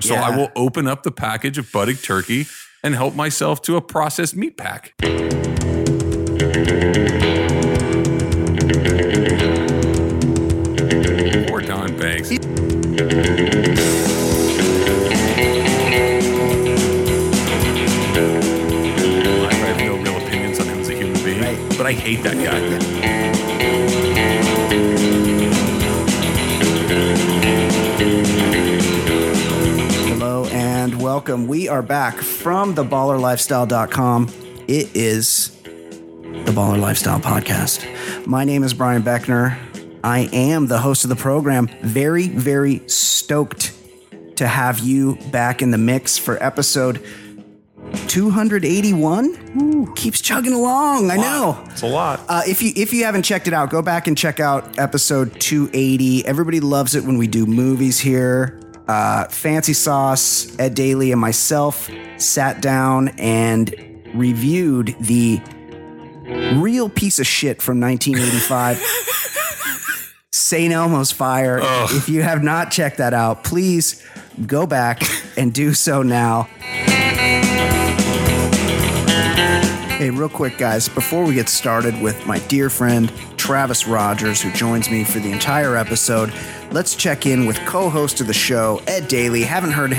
So Yeah. I will open up the package of buttock turkey and help myself to a processed meat pack. Poor Don Banks. I have no real opinions on him as a human being, Right. but I hate that guy. Hello and welcome. We are back from theballerlifestyle.com. It is the Baller Lifestyle Podcast. My name is Brian Beckner. I am the host of the program. Very, very stoked to have you back in the mix for episode 281. Ooh, keeps chugging along. I know. It's a lot. Uh, if you if you haven't checked it out, go back and check out episode 280. Everybody loves it when we do movies here. Uh, Fancy Sauce, Ed Daly, and myself sat down and reviewed the real piece of shit from 1985. St. Elmo's Fire. If you have not checked that out, please go back and do so now. Hey, real quick, guys, before we get started with my dear friend Travis Rogers, who joins me for the entire episode, let's check in with co host of the show, Ed Daly. Haven't heard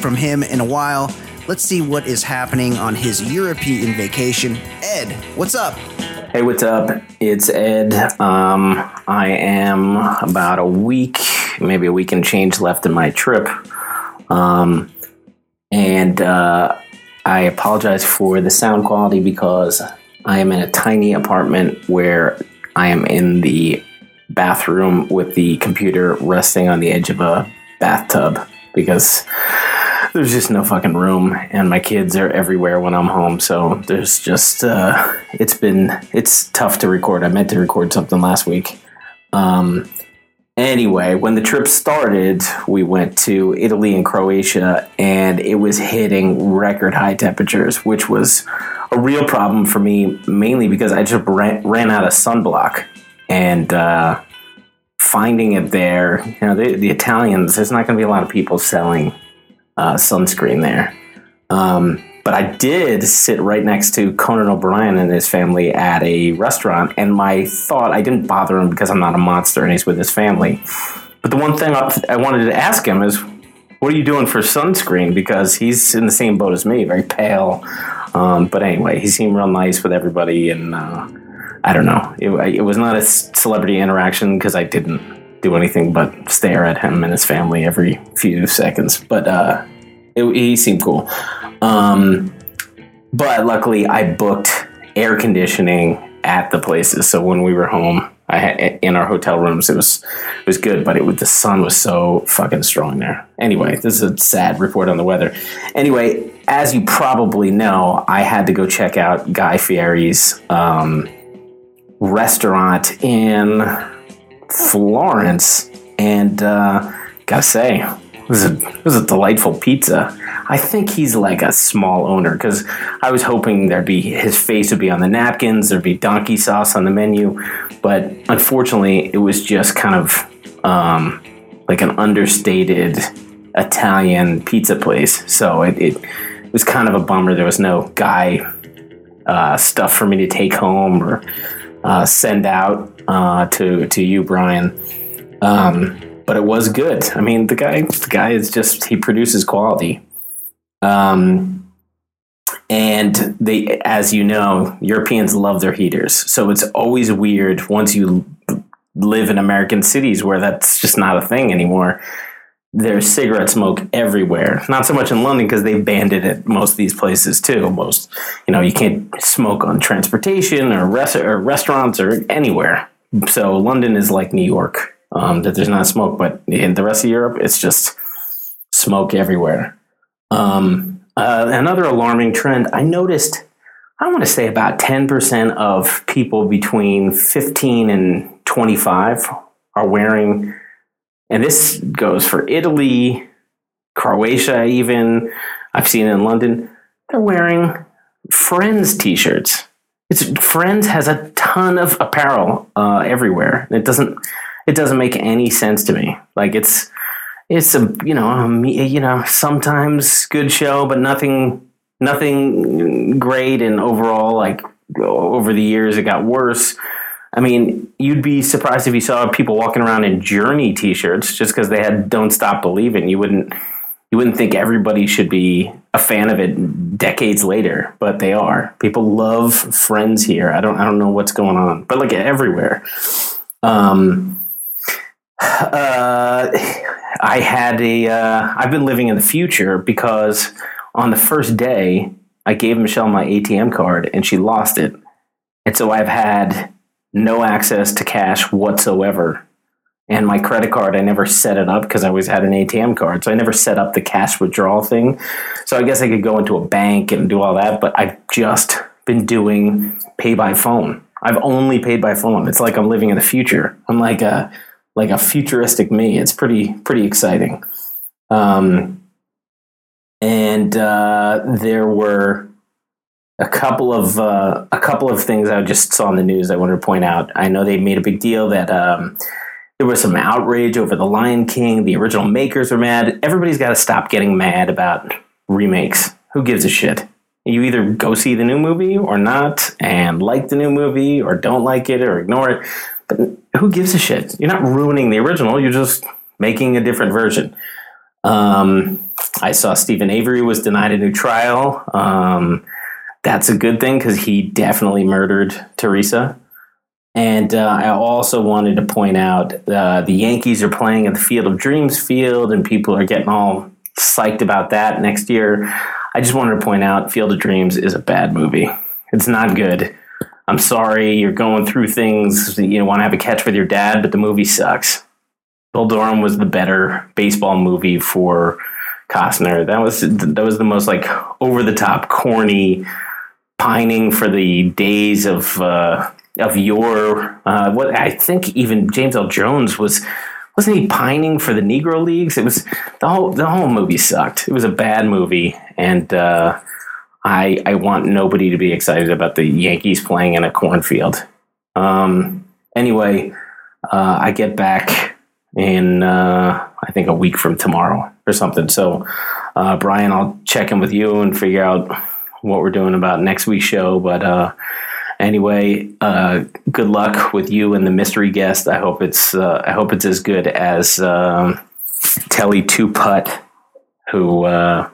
from him in a while. Let's see what is happening on his European vacation. Ed, what's up? Hey, what's up? It's Ed. Um, I am about a week, maybe a week and change left in my trip. Um, and uh, I apologize for the sound quality because I am in a tiny apartment where I am in the bathroom with the computer resting on the edge of a bathtub because there's just no fucking room and my kids are everywhere when i'm home so there's just uh, it's been it's tough to record i meant to record something last week um, anyway when the trip started we went to italy and croatia and it was hitting record high temperatures which was a real problem for me mainly because i just ran, ran out of sunblock and uh, finding it there you know the, the italians there's not going to be a lot of people selling uh, sunscreen there. Um, but I did sit right next to Conan O'Brien and his family at a restaurant, and my thought I didn't bother him because I'm not a monster and he's with his family. But the one thing I I wanted to ask him is, what are you doing for sunscreen? Because he's in the same boat as me, very pale. Um, but anyway, he seemed real nice with everybody, and uh, I don't know. It, it was not a c- celebrity interaction because I didn't do anything but stare at him and his family every few seconds. But uh, it, he seemed cool. Um, but luckily, I booked air conditioning at the places, so when we were home, I had, in our hotel rooms, it was it was good. But it was, the sun was so fucking strong there. Anyway, this is a sad report on the weather. Anyway, as you probably know, I had to go check out Guy Fieri's. Um, restaurant in Florence, and uh, gotta say, it was, a, it was a delightful pizza. I think he's like a small owner because I was hoping there'd be his face would be on the napkins, there'd be donkey sauce on the menu, but unfortunately, it was just kind of um, like an understated Italian pizza place. So it, it was kind of a bummer. There was no guy uh, stuff for me to take home or uh, send out uh, to to you, Brian. Um, but it was good. I mean, the guy the guy is just he produces quality. Um, and they, as you know, Europeans love their heaters, so it's always weird once you l- live in American cities where that's just not a thing anymore. There's cigarette smoke everywhere. Not so much in London because they banned it at most of these places too. Most you know you can't smoke on transportation or, res- or restaurants or anywhere so london is like new york um, that there's not smoke but in the rest of europe it's just smoke everywhere um, uh, another alarming trend i noticed i want to say about 10% of people between 15 and 25 are wearing and this goes for italy croatia even i've seen it in london they're wearing Friends T-shirts. It's Friends has a ton of apparel uh, everywhere. It doesn't it doesn't make any sense to me. Like it's it's a you know a me- you know sometimes good show, but nothing nothing great. And overall, like over the years, it got worse. I mean, you'd be surprised if you saw people walking around in Journey T-shirts just because they had "Don't Stop Believing." You wouldn't you wouldn't think everybody should be a fan of it decades later, but they are. People love Friends here. I don't I don't know what's going on, but like everywhere. Um, uh, I had a uh, I've been living in the future because on the first day I gave Michelle my ATM card and she lost it, and so I've had no access to cash whatsoever. And my credit card, I never set it up because I always had an ATM card. So I never set up the cash withdrawal thing. So I guess I could go into a bank and do all that, but I've just been doing pay by phone. I've only paid by phone. It's like I'm living in the future. I'm like a like a futuristic me. It's pretty pretty exciting. Um, and uh, there were a couple of uh, a couple of things I just saw in the news. I wanted to point out. I know they made a big deal that um, there was some outrage over the Lion King. The original makers are mad. Everybody's got to stop getting mad about remakes. Who gives a shit? You either go see the new movie or not, and like the new movie or don't like it or ignore it. But who gives a shit? You're not ruining the original. You're just making a different version. Um, I saw Stephen Avery was denied a new trial. Um, that's a good thing because he definitely murdered Teresa. And uh, I also wanted to point out uh, the Yankees are playing at the Field of Dreams field, and people are getting all psyched about that next year. I just wanted to point out Field of Dreams is a bad movie. It's not good. I'm sorry, you're going through things. You want to have a catch with your dad, but the movie sucks. Bill Durham was the better baseball movie for Costner. That was that was the most like over the top, corny pining for the days of uh, of your uh, what I think even James L. Jones was wasn't he pining for the Negro Leagues? It was the whole the whole movie sucked. It was a bad movie, and uh, I I want nobody to be excited about the Yankees playing in a cornfield. Um, anyway, uh, I get back in uh, I think a week from tomorrow or something. So uh, Brian, I'll check in with you and figure out what we're doing about next week's show. But uh, anyway, uh, good luck with you and the mystery guest. I hope it's uh, I hope it's as good as um, Telly Two Putt, who uh,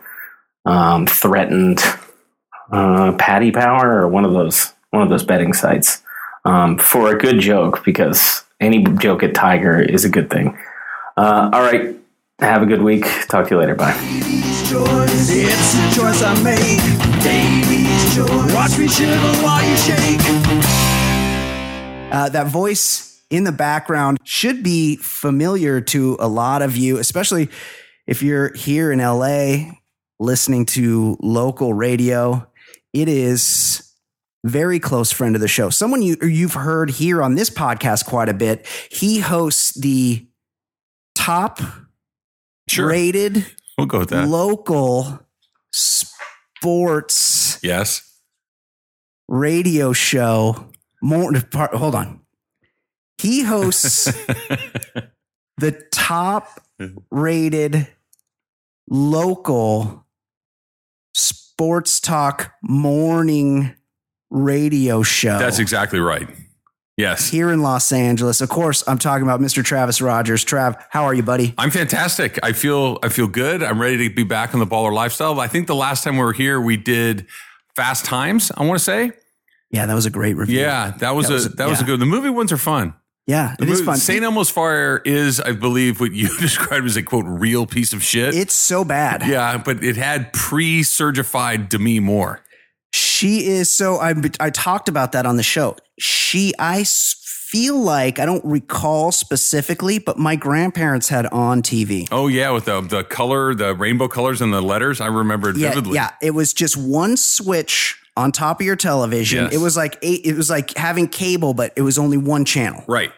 um, threatened uh, Patty Power or one of those one of those betting sites um, for a good joke because any joke at Tiger is a good thing. Uh, all right, have a good week. Talk to you later. Bye. Baby's choice. It's the choice I make. Baby's choice. Watch me shiver while you shake. Uh, that voice in the background should be familiar to a lot of you, especially if you're here in LA listening to local radio. It is very close friend of the show, someone you you've heard here on this podcast quite a bit. He hosts the top Sure. rated We'll go with that. local sports yes. radio show. More, par- hold on. He hosts the top rated local sports talk morning radio show That's exactly right. Yes. here in Los Angeles. Of course, I'm talking about Mr. Travis Rogers. Trav, how are you, buddy? I'm fantastic. I feel I feel good. I'm ready to be back on the baller lifestyle. I think the last time we were here, we did Fast Times. I want to say, Yeah, that was a great review. yeah, that was Mm-hmm. That a was- that was a yeah. good. The movie ones are fun. Yeah, The it is movie- fun. St. Elmo's Fire is, I believe, what you described as a quote real piece of shit. it's so bad. yeah, but it had pre-surgified Demi Moore. She is so I I talked about that on the show. She I s- feel like I don't recall specifically, but my grandparents had on TV. Oh yeah, with the the color, the rainbow colors and the letters. I remembered yeah, vividly. yeah, it was just one switch on top of your television. Yes. It was like eight, it was like having cable, but it was only one channel. Right.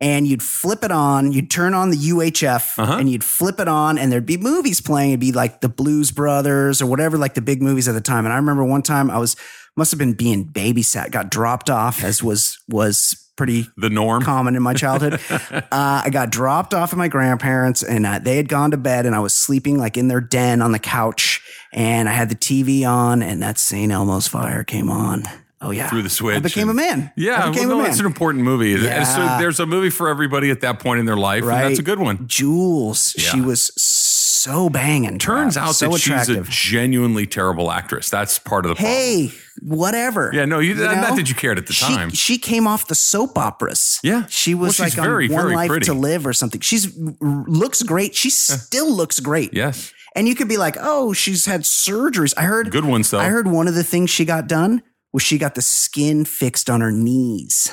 And you'd flip it on, you'd turn on the UHF Uh-huh. and you'd flip it on and there'd be movies playing. It'd be like the Blues Brothers or whatever, like the big movies at the time. And I remember one time I was must have been being babysat, got dropped off as was was pretty The norm. common in my childhood. uh, I got dropped off at my grandparents, and uh, they had gone to bed, and I was sleeping like in their den on the couch, and I had the TV on, and that St. Elmo's fire came on. Oh yeah, Through the switch I became a and- man. Yeah, I became well, a no, man. it's an important movie. And so Yeah. there's a movie for everybody at that point in their life. And that's Right. a good one. Jules, she Yeah. was so banging. Turns Trav, out so that attractive. she's a genuinely terrible actress. That's part of the problem. hey, whatever. Yeah, no, you, not, know? not that you cared at the she, time. She came off the soap operas. Yeah. she was Well, she's like on very, One very Life pretty. to Live or something. She's looks great. She still looks great. yes. and you could be like, oh, she's had surgeries. I heard Good ones, though. I heard one of the things she got done was she got the skin fixed on her knees.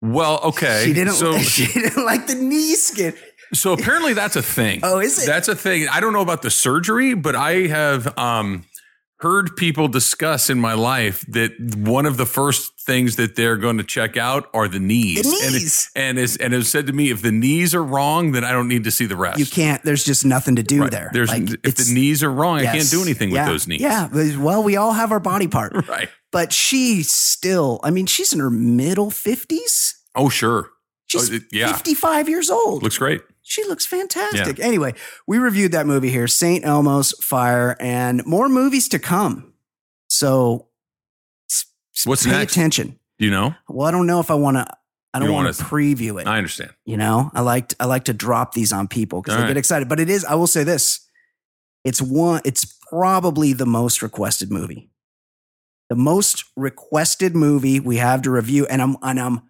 Well, okay. She didn't. So, she didn't like the knee skin. so apparently that's a thing. Oh, is it? That's a thing. I don't know about the surgery, but I have um, heard people discuss in my life that one of the first things that they're going to check out are the knees. The And it- knees. And it's and it's said to me, if the knees are wrong, then I don't need to see the rest. You can't. There's just nothing to do Right. there. There's Like, if it's- the knees are wrong, I can't yes. do anything Yeah. with those knees. Yeah. but- Well, we all have our body part, Right. but she still. I mean, she's in her middle fifties. Oh, sure. She's Oh, it- yeah. 55 years old. Looks great. she looks fantastic. Anyway, we reviewed that movie here, St. Elmo's Fire, and more movies to come. So s- s- What's pay next? attention. You know? Well, I don't know if I want to. I don't You want wanna- to preview it. I understand. you know, I liked I like to drop these on people because All they right. get excited. But it is, I will say this: it's one. It's probably the most requested movie, the most requested movie we have to review, and I'm and I'm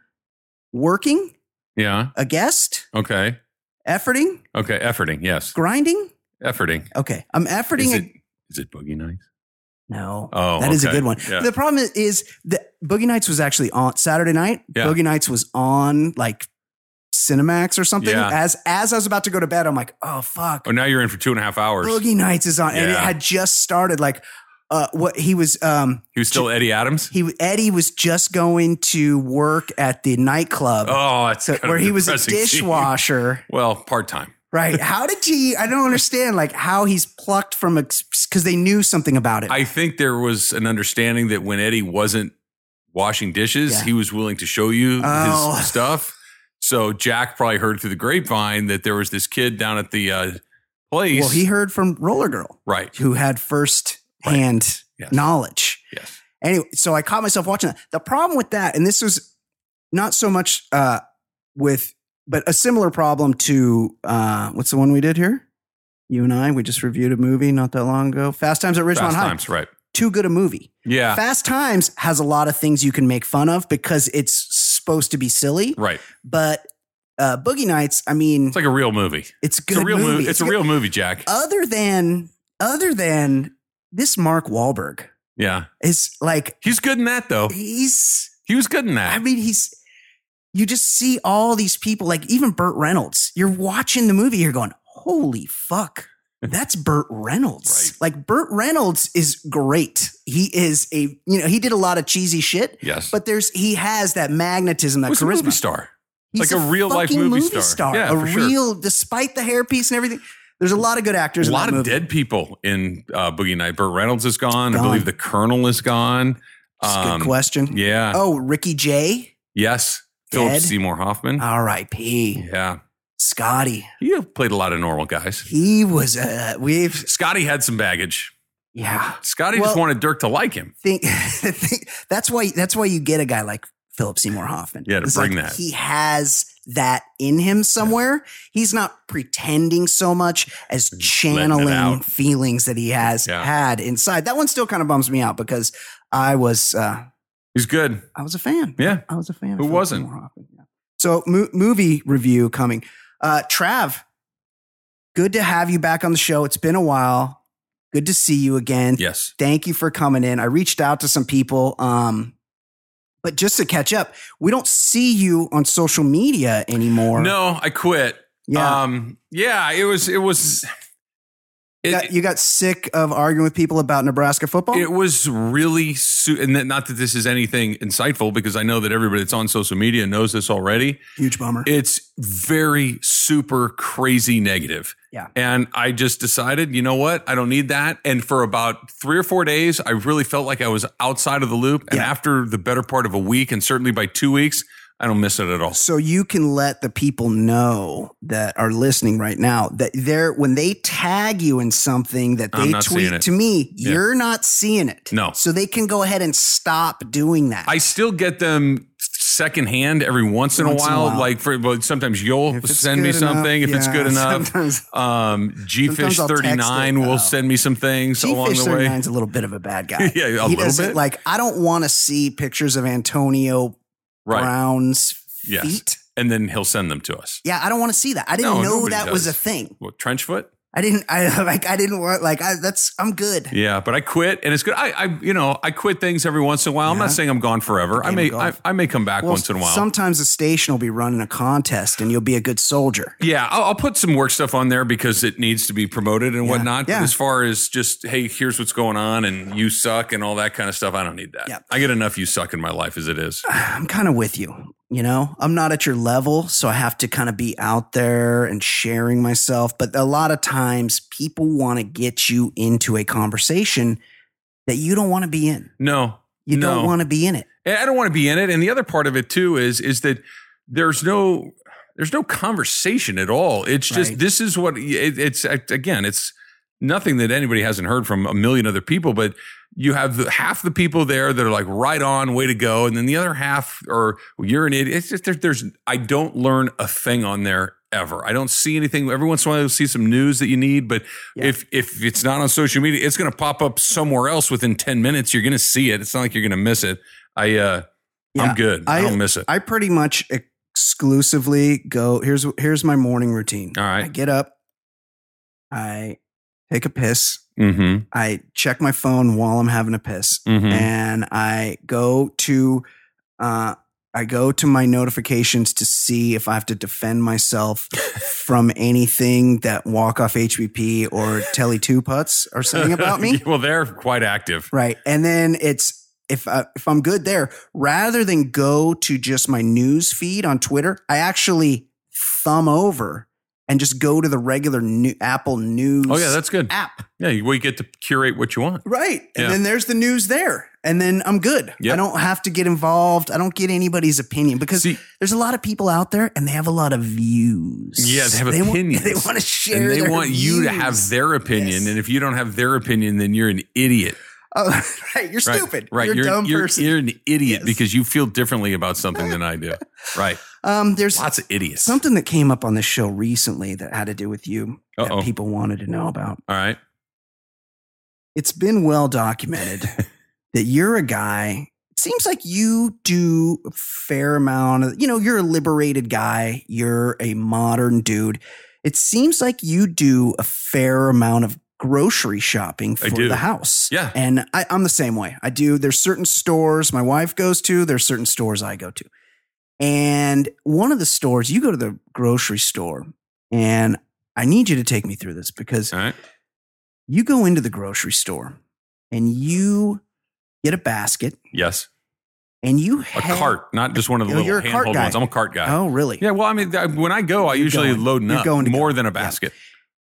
working Yeah. a guest, Okay. efforting, Okay. Efforting. Yes. grinding. Efforting. Okay, I'm Is efforting. it, a, is it Boogie Nights? no, Oh, that is a okay. good one. Yeah. The problem is, is that Boogie Nights was actually on Saturday night. Yeah. Boogie Nights was on like Cinemax or something. Yeah. As as I was about to go to bed, I'm like, oh fuck, Oh, now you're in for two and a half hours. Boogie Nights is on, and it Yeah. had just started. Like, uh, what he was, um, He was still Eddie Adams. he Eddie was just going to work at the nightclub. oh, that's so- kind of where he was a depressing scene. dishwasher, Well, part time. right? How did he? I don't understand, like how he's plucked from because they knew something about it. I think there was an understanding that when Eddie wasn't washing dishes, Yeah. he was willing to show you Oh. his stuff. So Jack probably heard through the grapevine that there was this kid down at the uh, place. Well, he heard from Roller Girl, right. who had first hand Yes. knowledge. Yes. Anyway, so I caught myself watching that. The problem with that, and this was not so much uh, with, but a similar problem to uh, what's the one we did here? You and I, we just reviewed a movie not that long ago. Fast Times at Ridgemont Fast High. times, right? Too good a movie. Yeah. Fast Times has a lot of things you can make fun of because it's supposed to be silly. right. But uh, Boogie Nights, I It's mean, it's, like a real movie. a good It's a real movie. It's a good- real movie, Jack. other than other than this Mark Wahlberg yeah. is like He's good in that though. he's He was good in that. I mean he's you just see all these people like even Burt Reynolds. You're watching the movie, you're going, holy fuck. That's Burt Reynolds. Like Burt Reynolds is great. He is a you know he did a lot of cheesy shit, yes. but there's he has that magnetism, that was a movie charisma. star. He's Like a real-life fucking movie star. Yeah, a for sure. real, despite the hairpiece and everything. There's a lot of good actors. a in lot that of movie. dead people in uh, Boogie Night. Burt Reynolds is gone. I Gone. believe the Colonel is gone. It's a Um, good question. Yeah. Oh, Ricky J. yes. Philip Dead? Ah. Seymour Hoffman. R.I.P. yeah. Scotty. He played a lot of normal guys. He was uh, we've Scotty had some baggage. yeah. Scotty just Well- wanted Dirk to like him. Think, think that's why that's why you get a guy like Philip Seymour Hoffman. Yeah, to It's bring like that. He has that in him somewhere. He's not pretending so much as channeling out. feelings that he has Yeah. had inside. That one still kind of bums me out because I was uh, He's good. I was a fan. Yeah. I was a fan. of Who Philip wasn't? Seymour Hoffman, yeah. So mo- movie review coming. Uh, Trav, good to have you back on the show. It's been a while. Good to see you again. Yes. Thank you for coming in. I reached out to some people, um, but just to catch up, we don't see you on social media anymore. No, I quit. yeah, Um, yeah. It was. It was. It, you, got, you got sick of arguing with people about Nebraska football. It was really, su- and that- not that this is anything insightful, because I know that everybody that's on social media knows this already. Huge bummer. It's very super crazy negative. Yeah. And I just decided, you know what? I don't need that. And for about three or four days, I really felt like I was outside of the loop. And Yeah. after the better part of a week, and certainly by two weeks, I don't miss it at all. So you can let the people know that are listening right now that they're when they tag you in something that I'm they not seeing tweet it. to me, Yeah. you're not seeing it. No. So they can go ahead and stop doing that. I still get them secondhand every once in, Once a, in a while, while. Like for well, sometimes you'll If it's send me good enough, something if it's yeah, good enough. sometimes- Um, Sometimes Gfish I'll text thirty it, nine though. will send me some things along G-Fish the way. 39's a little bit of a bad guy. Yeah, a he little doesn't- bit. Like I don't want to see pictures of Antonio Right. Brown's Yes. feet. And then he'll send them to us. Yeah, I don't want to see that. No, I didn't know nobody that was a does. thing. What Trenchfoot? I didn't. I like. I didn't work. Like I, that's. I'm good. Yeah, but I quit, and it's good. I, I, you know, I quit things every once in a while. I'm Yeah. not saying I'm gone forever. I game may, of I, golf. I may come back once in a while. Sometimes the station will be running a contest, and you'll be a good soldier. yeah, I'll, I'll put some work stuff on there because it needs to be promoted and whatnot. But Yeah. as far as just hey, here's what's going on, and you suck, and all that kind of stuff, I don't need that. Yeah. I get enough you suck in my life as it is. I'm kind of with you. You know, I'm not at your level, so I have to kind of be out there and sharing myself. But a lot of times, people want to get you into a conversation that you don't want to be in. No, You No. don't want to be in it. And I don't want to be in it. And the other part of it too is is that there's no there's no conversation at all. It's just Right. this is what it, it's again. It's nothing that anybody hasn't heard from a million other people, but you have the, half the people there that are like right on, way to go, and then the other half are you're an idiot. It's just there, there's I don't learn a thing on there ever. I don't see anything. Every once in a while, you'll see some news that you need, but Yeah. if if it's not on social media, it's going to pop up somewhere else within ten minutes. You're going to see it. It's not like you're going to miss it. I uh, Yeah, I'm good. I, I- don't miss it. I pretty much exclusively go. Here's here's my morning routine. All I right. get up, I take a piss, Mm-hmm. I check my phone while I'm having a piss, Mm-hmm. and I go to uh, I go to my notifications to see if I have to defend myself from anything that Walk Off HBP or Telly Two Putts are saying about me. well, they're quite active. Right. And then it's if I, if I'm good there, rather than go to just my news feed on Twitter, I actually thumb over and just go to the regular new Apple News Oh yeah, that's good. app. Yeah, you, well, you get to curate what you want. Right. And Yeah. then there's the news there. And then I'm good. Yep. I don't have to get involved. I don't get anybody's opinion because See, there's a lot of people out there and they have a lot of views. Yeah, they have want- opinions. they want to share. and they their want you to have views. their opinion, Yes. and if you don't have their opinion, then you're an idiot. Oh, right. You're Right. stupid. Right. You're, a dumb person. You're an idiot Yes. because you feel differently about something than I do. Right. um, there's Lots of idiots. Something that came up on this show recently that had to do with you Uh-oh. that people wanted to know about. All right. It's been well documented that you're a guy. It seems like you do a fair amount of, you know, you're a liberated guy. You're a modern dude. It seems like you do a fair amount of grocery shopping for I do. the house. Yeah. And I, I'm the same way. I do. There's certain stores my wife goes to. There's certain stores I go to. And one of the stores, you go to the grocery store, and I need you to take me through this because All right. you go into the grocery store and you get a basket Yes. and you A have cart, not just one of the Oh, little you're a cart handheld guy. ones. I'm a cart guy. Oh, really? Yeah. Well, I mean, I, when I go, I You're usually going. loading You're up going to more go. than a Yeah. basket.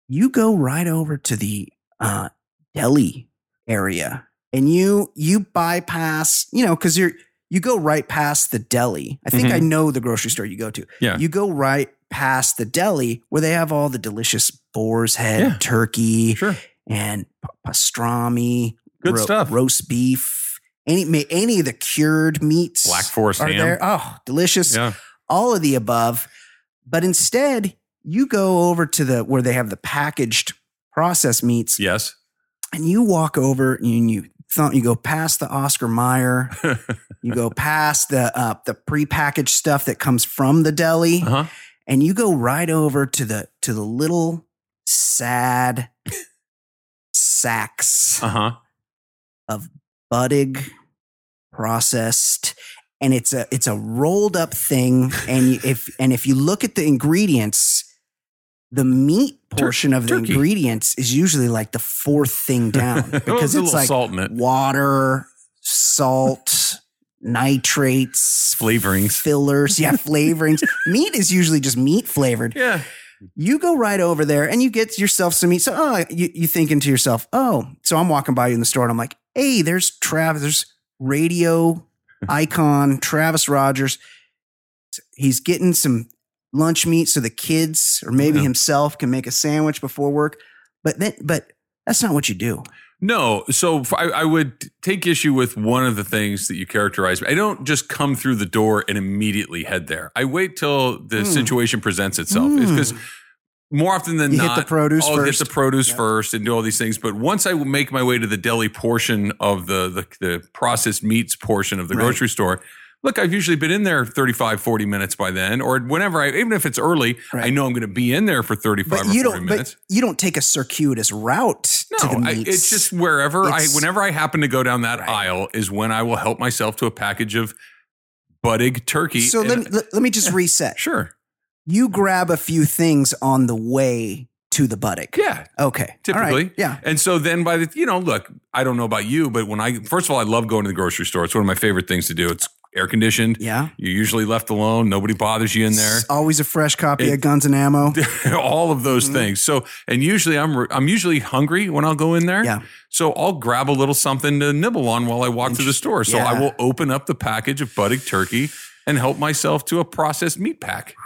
You go right over to the uh, deli area and you you bypass, you know, because you're you go right past the deli. I think Mhm. I know the grocery store you go to. Yeah. You go right past the deli where they have all the delicious boar's head Yeah. turkey Sure. and p- pastrami, Good stuff. roast beef, any ma- any of the cured meats, Black Forest are ham. there. Oh, delicious! Yeah. All of the above, but instead you go over to the where they have the packaged processed meats, Yes. and you walk over and you thump, you go past the Oscar Mayer, uh you go past the uh, the prepackaged stuff that comes from the deli huh. and you go right over to the to the little sad sacks Uh huh. budding processed and it's a it's a rolled up thing and you, if and if you look at the ingredients the meat Tur- portion of the turkey. ingredients is usually like the fourth thing down Oh, because a little it's like salt in it. water salt nitrates Flavorings. fillers yeah flavorings meat is usually just meat flavored Yeah. you go right over there and you get yourself some meat. So, oh, you, you thinking to yourself, oh, so I'm walking by you in the store and I'm like, hey, there's Travis, there's radio icon Travis Rogers. he's getting some lunch meat so the kids or maybe Yeah. himself can make a sandwich before work. But then, but that's not what you do. No, so f- I, I would take issue with one of the things that you characterize. I don't just come through the door and immediately head there. I wait till the Hmm. situation presents itself. It's because more often than You hit not, the produce I'll first. get the produce Yeah. first and do all these things. But once I make my way to the deli portion of the the, the processed meats portion of the Right. grocery store. Look, I've usually been in there 35, 40 minutes by then, or whenever I, even if it's early, Right. I know I'm going to be in there for 35 But or 40 you don't. minutes. But you don't take a circuitous route to the I, meats. it's just wherever It's- I, whenever I happen to go down that aisle, is when I will help myself to a package of buttig turkey. so. and- Let me, let, let me just reset. sure, You grab a few things on the way to the buttock. yeah. Okay. All right. Typically. Yeah. And so then by the you know, look, I don't know about you, but when I first of all, I love going to the grocery store. It's one of my favorite things to do. It's air conditioned. Yeah. You're usually left alone. Nobody bothers you in there. It's always a fresh copy It- of Guns and Ammo. all of those Mhm. things. So, and usually I'm re- I'm usually hungry when I'll go in there. Yeah. So I'll grab a little something to nibble on while I walk through the store. So Yeah. I will open up the package of buttock turkey and help myself to a processed meat pack.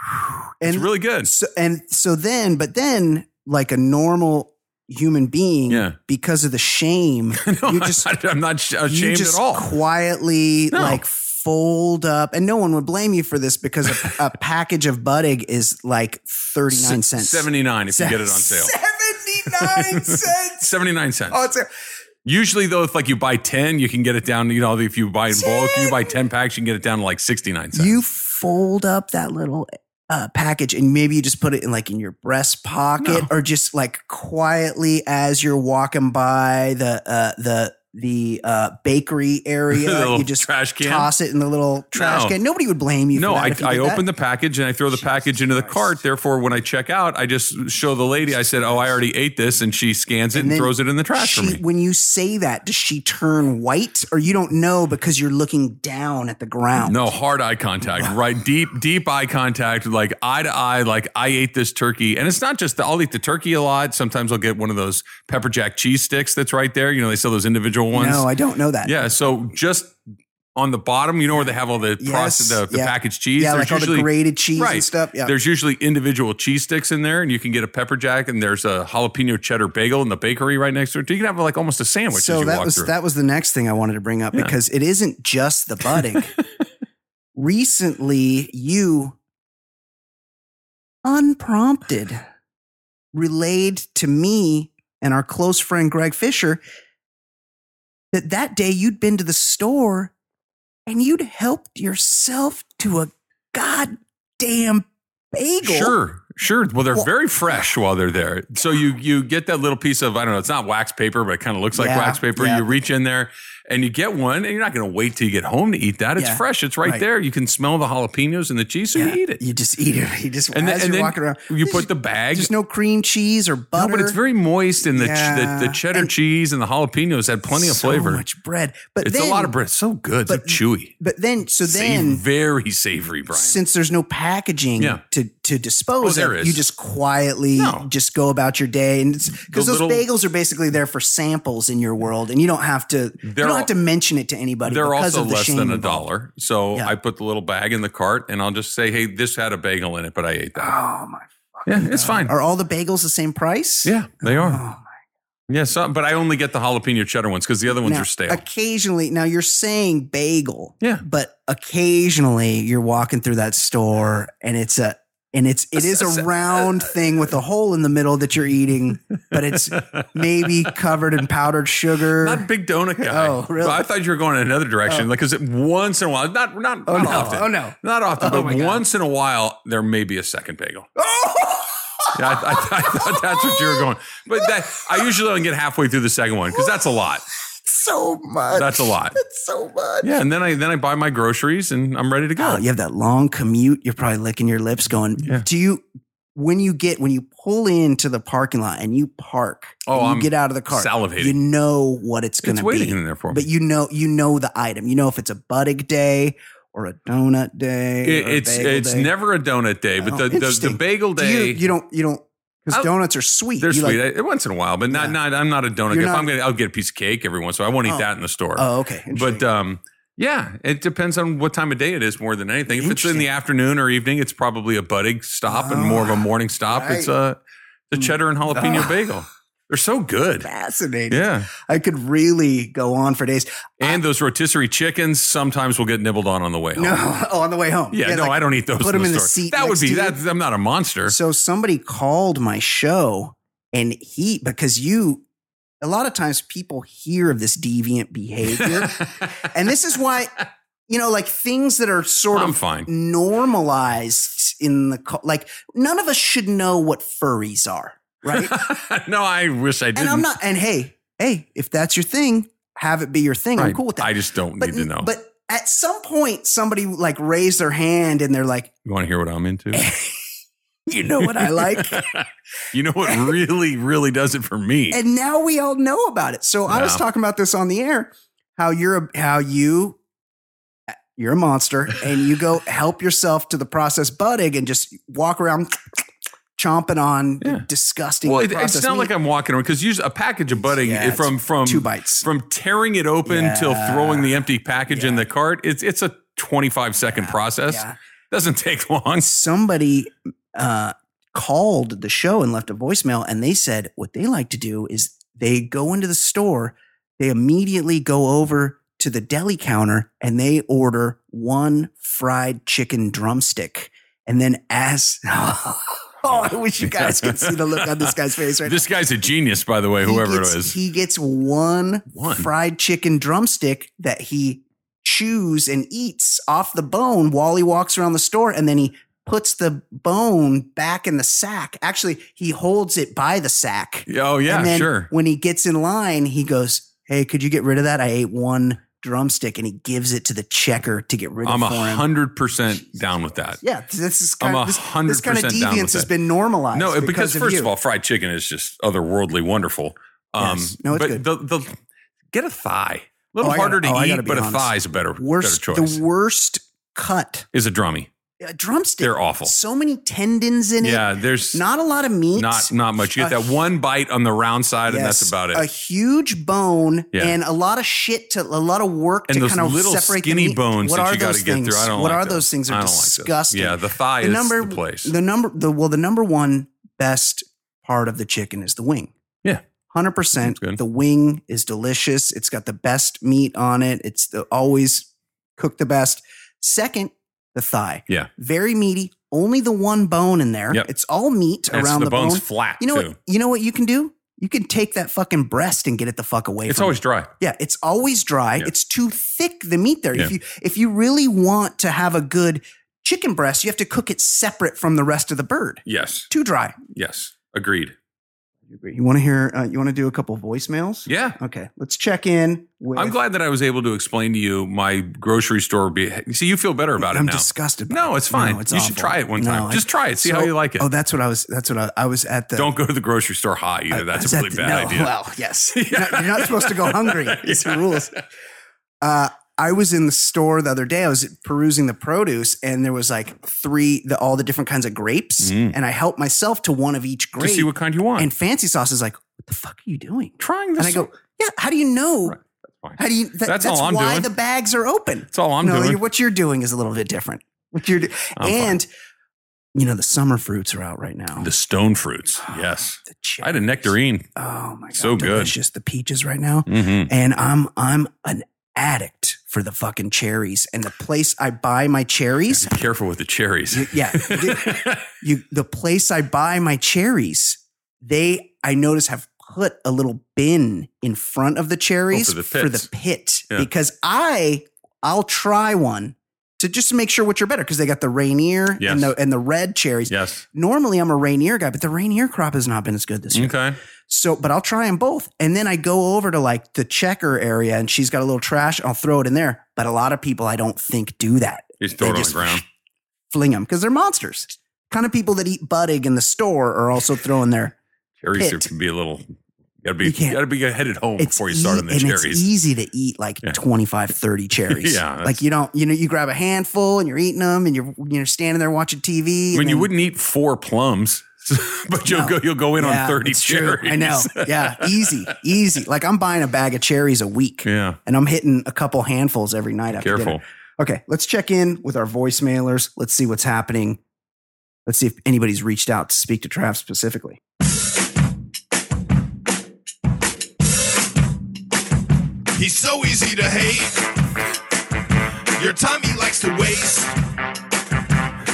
And it's really good. so, and so then, but then, like a normal human being, Yeah. because of the shame, No, you just I'm not, I'm not sh- you ashamed just at all. quietly No. like fold up, and no one would blame you for this because a, a package of buttig is like thirty nine cents, Seventy nine if you get it on sale. seventy nine cents. Seventy nine cents. Oh, it's a, Usually though, if like you buy ten, you can get it down. You know, if you buy in bulk, you buy ten packs, you can get it down to like sixty nine cents. you fold up that little uh, package and maybe you just put it in like in your breast pocket No. or just like quietly as you're walking by the uh, the the uh, bakery The area. little you just trash can. toss it in the little trash No. can. Nobody would blame you. No, for that I, if you I did that. open the package and I throw the package into the Christ. cart. Therefore, when I check out, I just show the lady, I said, Oh, I already ate this. And she scans it And and, then throws it in the trash she, for me. When you say that, does she turn white or you don't know because you're looking down at the ground? No, hard eye contact, right? Deep, deep eye contact, like eye to eye, like I ate this turkey. And it's not just the, I'll eat the turkey a lot. Sometimes I'll get one of those pepper jack cheese sticks that's right there. You know, they sell those individual ones. No, I don't know that. yeah. So just on the bottom, you know, where they have all the, Yes, process, the, the yeah. packaged cheese. Yeah, like There's all the usually- grated cheese and Right. stuff. Yeah. There's usually individual cheese sticks in there, and you can get a pepper jack, and there's a jalapeno cheddar bagel in the bakery right next to it. You can have like almost a sandwich. as So you that walk was through. that was the next thing I wanted to bring up Yeah. because it isn't just the budding. Recently, you unprompted relayed to me and our close friend Greg Fisher that that day you'd been to the store and you'd helped yourself to a goddamn bagel. Sure, sure. Well, they're Well- very fresh while they're there. So you you get that little piece of I don't know, it's not wax paper, but it kind of looks like Yeah, wax paper. yeah. You reach in there and you get one, and you're not going to wait till you get home to eat that. It's Yeah, fresh. It's right, right. there. You can smell the jalapenos and the cheese, so Yeah, you eat it. You just eat it. You just And then- as and you're then walking around. You put the bag. There's no cream cheese or butter. No, Oh, but it's very moist, and the, ch- Yeah. the, the cheddar And- cheese and the jalapenos had plenty of so flavor. much bread, but It's then, a lot of bread. It's so good. but- so chewy. But then, so Sa- then, very savory, Brian. since there's no packaging Yeah. to to dispose Oh, there of, is. you just quietly No. just go about your day, and because The those little- bagels are basically there for samples in your world, and you don't have to you They're don't al- have to mention it to anybody. They're because also of the less shame than a involved. dollar. So Yeah. I put the little bag in the cart and I'll just say, hey, this had a bagel in it, but I ate that. Oh my! yeah, it's fine. Are all the bagels the same price? Yeah, they Oh, are. my Yeah, some, but I only get the jalapeno cheddar ones because the other ones Now, are stale. Occasionally, now you're saying bagel, Yeah. but occasionally you're walking through that store and it's a and it's it is a round uh, thing with a hole in the middle that you're eating, but it's maybe covered in powdered sugar. not a big donut guy. Oh, really? I thought you were going in another direction, Oh. like because once in a while, not not, oh not no! often, Oh no! not often, Oh, my but God. once in a while, there may be a second bagel. Oh! Yeah, I, I, I thought that's what you were going. But that I usually only get halfway through the second one because that's a lot. So much. That's a lot. That's so much. Yeah, and then I then I buy my groceries and I'm ready to go. Oh, you have that long commute. You're probably licking your lips, going, Yeah. "Do you?" When you get when you pull into the parking lot and you park, Oh, and you I'm get out of the car, salivating. You know what it's going it's to waiting be, in there for me. but you know you know the item. You know if it's a buttig day or a donut day. It- or a it's bagel it's day. never a donut day, but Oh, the, the, the interesting. bagel Do you, day you don't you don't I- because donuts are sweet. they're You like- sweet I- once in a while, but not Yeah. not I'm not a donut. guy. You're if not- I'm gonna, I'll get a piece of cake every once. in a while. I won't eat Oh. that in the store. oh, okay. but Interesting. um, Yeah, it depends on what time of day it is more than anything. If it's in the afternoon or evening, it's probably a budding stop and more of Ah, a morning stop. It's a Mm. the cheddar and jalapeno bagel. They're so good. Fascinating. uh, Yeah. I could really go on for days. And those rotisserie chickens sometimes will get nibbled on on the way home. No, oh, on the way home. Yeah, no, like- I don't eat those. put in them the in the store. seat That would next be to you. that. I'm not a monster. So somebody called my show and he, because you, a lot of times people hear of this deviant behavior. and this is why, you know, like things that are sort I'm of fine. normalized in the, co- like none of us should know what furries are, right? no, I wish I didn't. and I'm not, and hey, hey, if that's your thing, have it be your thing. I'm Right. cool with that. I just don't but, need to know. but at some point, somebody like raised their hand and they're like, you want to hear what I'm into? you know what I like? you know what really, really does it for me? and now we all know about it. So I was Yeah. talking about this on the air. How you're a, how you you're a monster, and you go help yourself to the processed buttig and just walk around chomping on Yeah. disgusting. well, it, it's processed not meat. like I'm walking around because usually a um, package of budding Yeah, it's from from two bites. from tearing it open till Yeah. throwing the empty package in the cart. It's it's a 25 second process. yeah. Doesn't take long. Somebody uh, called the show and left a voicemail, and they said what they like to do is they go into the store, they immediately go over to the deli counter, and they order one fried chicken drumstick, and then ask. Oh, I wish you guys could see the look on this guy's face right This guy's a genius, by the way. now. He Whoever gets- it is. he gets one, One. fried chicken drumstick that he chews and eats off the bone while he walks around the store, and then he puts the bone back in the sack. Actually, he holds it by the sack. oh yeah, and then sure. When he gets in line, he goes, "Hey, could you get rid of that? I ate one drumstick," and he gives it to the checker to get rid of I'm it for him. hundred percent down with that. Yeah, this is I'm kind of this, this kind of 100% down deviance with has it. been normalized. No, because, first you. of all, fried chicken is just otherworldly wonderful. Um, Yes. No, it's but good. The, the get a thigh. A little Oh, I gotta- harder oh, I to gotta eat, be but honest. a thigh is a better, worst, better choice. the worst cut is a drummy. a drumstick. They're awful. Uh, So many tendons in it. Yeah, there's not, Not a lot of meat. not much. You get A- that one bite on the round side, and that's Yes. Oh, about it. A huge bone Yeah. and a lot of shit to a lot of work and to those kind of little separate the skinny meat. bones What that are you got those to get through. things? I don't What like are those. those things? I Are don't like those. disgusting. Yeah, the thigh the is number the place. the number the well the number one best part of the chicken is the wing. Yeah. Hundred That's percent. good. The wing is delicious. It's got the best meat on it. It's the, always cooked the best. Second, the thigh. Yeah. Very meaty. Only the one bone in there. Yep. It's all meat And it's- around the, the, bones bone. flat You know too. what? You know what you can do? You can take that fucking breast and get it the fuck away. It's from always it. dry. yeah. It's always dry. Yeah. It's too thick the meat there. If Yeah. you if you really want to have a good chicken breast, you have to cook it separate from the rest of the bird. Yes, Too dry. yes, agreed. You want to hear? Uh, you want to do a couple voicemails? Yeah, Okay, let's check in. With, I'm glad that I was able to explain to you my grocery store. Be- See, you feel better about I'm it now. disgusted. by No, it's fine. you should awful. try it one No, time. I- Just try it. See so- how you like it. Oh, that's what I was. That's what I, I was at the. Don't go to the grocery store high either. I- I That's was a at really the- bad no, idea. Well, yes, you're, not, you're not supposed to go hungry. It's the rules. Uh, I was in the store the other day. I was perusing the produce, and there was like three, the, all the different kinds of grapes, Mm. and I helped myself to one of each grape. to see what kind you want. and fancy sauce is like, what the fuck are you doing? trying And this. I go, yeah. How do you know? Right, fine. How do you? That, that's That's all I'm why doing. the bags are open. that's all I'm no, doing. You're, what you're doing is a little bit different. What you're do- I'm fine. and you know the summer fruits are out right now. the stone fruits. Yes. The I had a cherries. nectarine. Oh my god, So good. delicious. The peaches right now, Mm-hmm. and I'm I'm an addict for the fucking cherries. And the place I buy my cherries, Be careful with the cherries. you- yeah, you- you the place I buy my cherries, they I notice have put a little bin in front of the cherries Oh, for the pits. pit Yeah. because I I'll try one to just make sure which are better because they got the Rainier Yes. and the and the red cherries. yes. Normally I'm a Rainier guy, but the Rainier crop has not been as good this year. Okay. So, but I'll try them both. And then I go over to like the checker area and she's got a little trash. I'll throw it in there. But a lot of people I don't think do that Just throw They it on just- the ground. fling them because they're monsters. Kind of people that eat budding in the store are also throwing their. Cherries are, pit. can be a little. Gotta be, You can't- gotta be headed home It's before you start ea- on the and It's cherries. easy to eat like Yeah. twenty five, thirty 25, 30 cherries. Yeah, that's- Like you don't, you know, you grab a handful and you're eating them and you're, you're standing there watching TV. I mean, and you then- wouldn't eat four plums. but you'll No. go you'll go in Yeah, on 30 it's true. cherries. I know. Yeah, easy, easy. Like I'm buying a bag of cherries a week, Yeah. and I'm hitting a couple handfuls every night. After Careful. dinner. Okay, let's check in with our voicemailers. Let's see what's happening. Let's see if anybody's reached out to speak to Trav specifically. He's so easy to hate. Your time he likes to waste.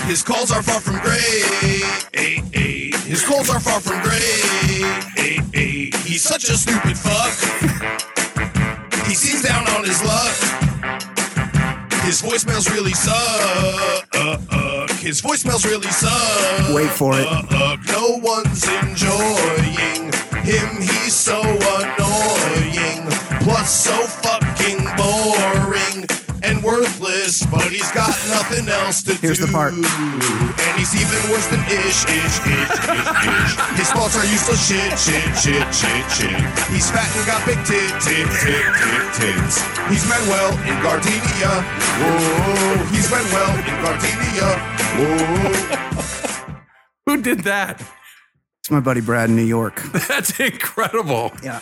His calls are far from great. His calls are far from great. He's such a stupid fuck. He seems down on his luck. His voicemails really suck. His voicemails really suck. Wait for it. Uh, no one's enjoying him. He's so annoying, plus so fucking boring and worthless. But he's got nothing else to Here's do. the part. And he's even worse than ish, ish, ish, ish, ish. His thoughts are useless shit, shit, shit, shit, shit. He's fat and got big tit, tit, tit, tit, tits. He's Manuel in Gardenia. Whoa, he's Manuel in Gardenia. Whoa. Who did that? It's my buddy Brad in New York. That's incredible. Yeah,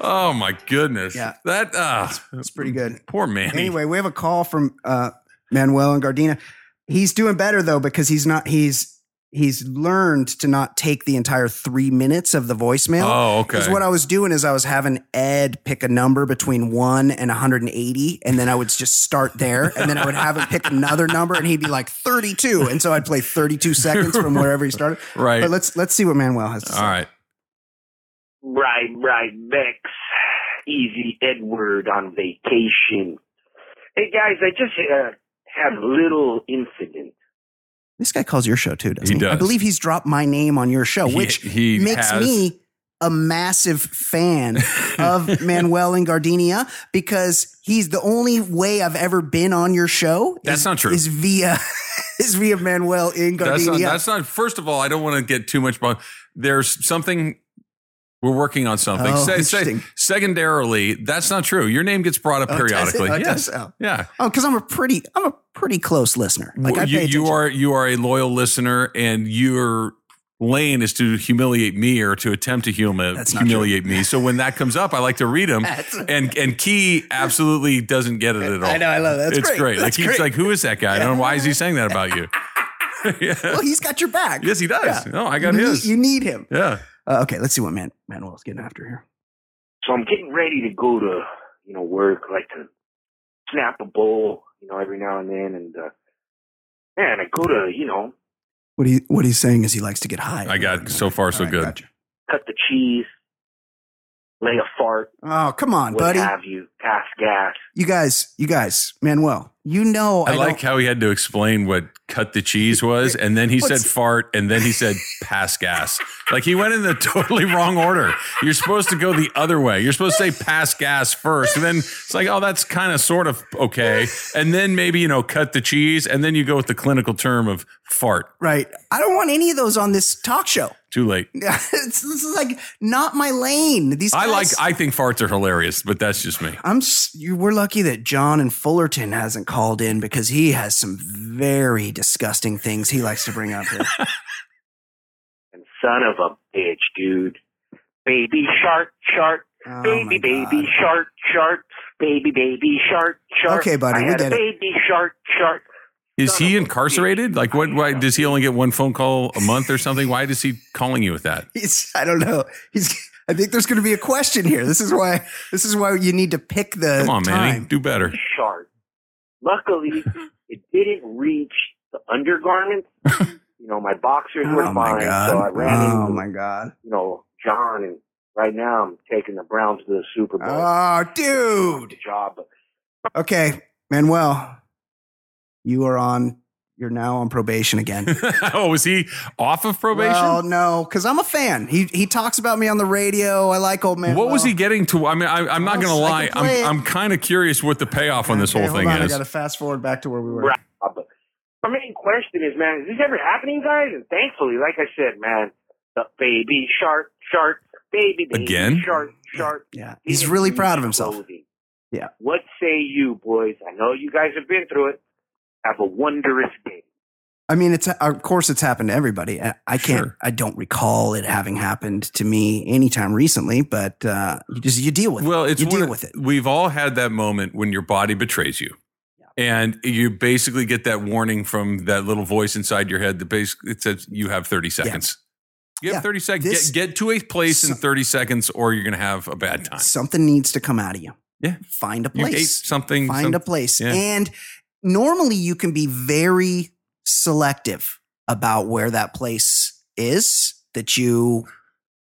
Oh my goodness. Yeah. That uh it's pretty good. poor Manny. Anyway, we have a call from uh, Manuel and Gardena. He's doing better though because he's not. He's he's learned to not take the entire three minutes of the voicemail. Oh, okay. Because what I was doing is I was having Ed pick a number between one and 180, and then I would just start there, and then I would have him pick another number, and he'd be like 32, and so I'd play 32 seconds from wherever he started. right. But let's let's see what Manuel has to say. All right. Right, right, Vex. Easy Edward on vacation. Hey guys, I just uh, had a little incident. This guy calls your show too, doesn't he? He I does. believe he's dropped my name on your show, He- uh, which he makes has- me a massive fan of Manuel and Gardenia because he's the only way I've ever been on your show. That's is- not true. Is via is via Manuel in That's not, Gardenia. that's not. First of all, I don't want to get too much. But there's something we're working on. Something. Oh, Se- se- interesting. secondarily, that's not true. Your name gets brought up Oh, does it? periodically. Oh, yes. does- oh. Yeah. Oh, because I'm a pretty I'm a pretty close listener. Like I you, pay you attention. are you are a loyal listener, and your lane is to humiliate me or to attempt to huma- That's not true. humiliate me. So when that comes up, I like to read them. That's- and and Key absolutely doesn't get it at all. I know, I love that. That's it's great. great. That's like he's great. like, who is that guy? And why is he saying that about you? yeah. Well, he's got your back. Yes, he does. Yeah. No, I got you, his. Need, you need him. yeah. Uh, okay, let's see what Man- Manuel's getting after here. So I'm getting ready to go to, you know, work, like to snap a bowl, you know, every now and then. And, uh, man, I go to, you know, What he what he's saying is he likes to get high. I got so far so All right, good. gotcha. cut the cheese, lay a fart, Oh come on, what buddy! have you, pass gas. You guys, you guys, Manuel, you know I, I, like don't- how he had to explain what cut the cheese was, and then he said What's- fart, and then he said pass gas. Like he went in the totally wrong order. You're supposed to go the other way. You're supposed to say pass gas first, and then it's like, oh, that's kind of sort of okay, and then maybe you know cut the cheese, and then you go with the clinical term of fart. right. I don't want any of those on this talk show. Too late. it's, this is like not my lane. These I like. guys- I think farts are hilarious, but that's just me. I'm. s- You, we're lucky that John and Fullerton hasn't called in because he has some very disgusting things he likes to bring up. Here. And son of a bitch, dude. Baby shark, shark, Oh, my baby, baby God. shark, shark, baby, baby shark, shark. Okay, buddy, I we had get a it. baby shark, shark. Is Son he of a incarcerated? bitch. Like, what? Why does he only get one phone call a month or something? Why is he calling you with that? He's, I don't know. He's. I think there's going to be a question here. This is why. This is why you need to pick the Come on, Uh, time. Manny, do better. Shark. Luckily, it didn't reach the undergarments. You know, my boxers were Oh fine, my god! so I ran oh into, my god! you know, John, and right now I'm taking the Browns to the Super Bowl. Oh, dude! Good job. Uh, Okay, Manuel, you are on. You're now on probation again. oh, was he off of probation? Well, no, because I'm a fan. He he talks about me on the radio. I like old man. what was he getting to? I mean, I, I'm not I'll- going to I lie. can I'm, play it. I'm kind of curious what the payoff on this Okay, whole hold thing on, is. I got to fast forward back to where we were. Right. But my main question is, man, is this ever happening, guys? And thankfully, like I said, man, the baby shark, shark, baby, baby Again? shark, shark. Yeah, he's really proud of himself. Clothing. Yeah. What say you, boys? I know you guys have been through it. Have a wondrous day. I mean, it's of course it's happened to everybody. I, I can't. Sure. I don't recall it having happened to me anytime recently. But uh, you just you deal with Well, it. it's you deal one- with it. We've all had that moment when your body betrays you. And you basically get that warning from that little voice inside your head that basically it says you have 30 seconds. You have Yeah. 30 seconds. This- get, get to a place in Some- 30 seconds or you're going to have a bad time. Something needs to come out of you. Yeah. Find a You ate place. something. Find some- a place. yeah. And normally you can be very selective about where that place is that you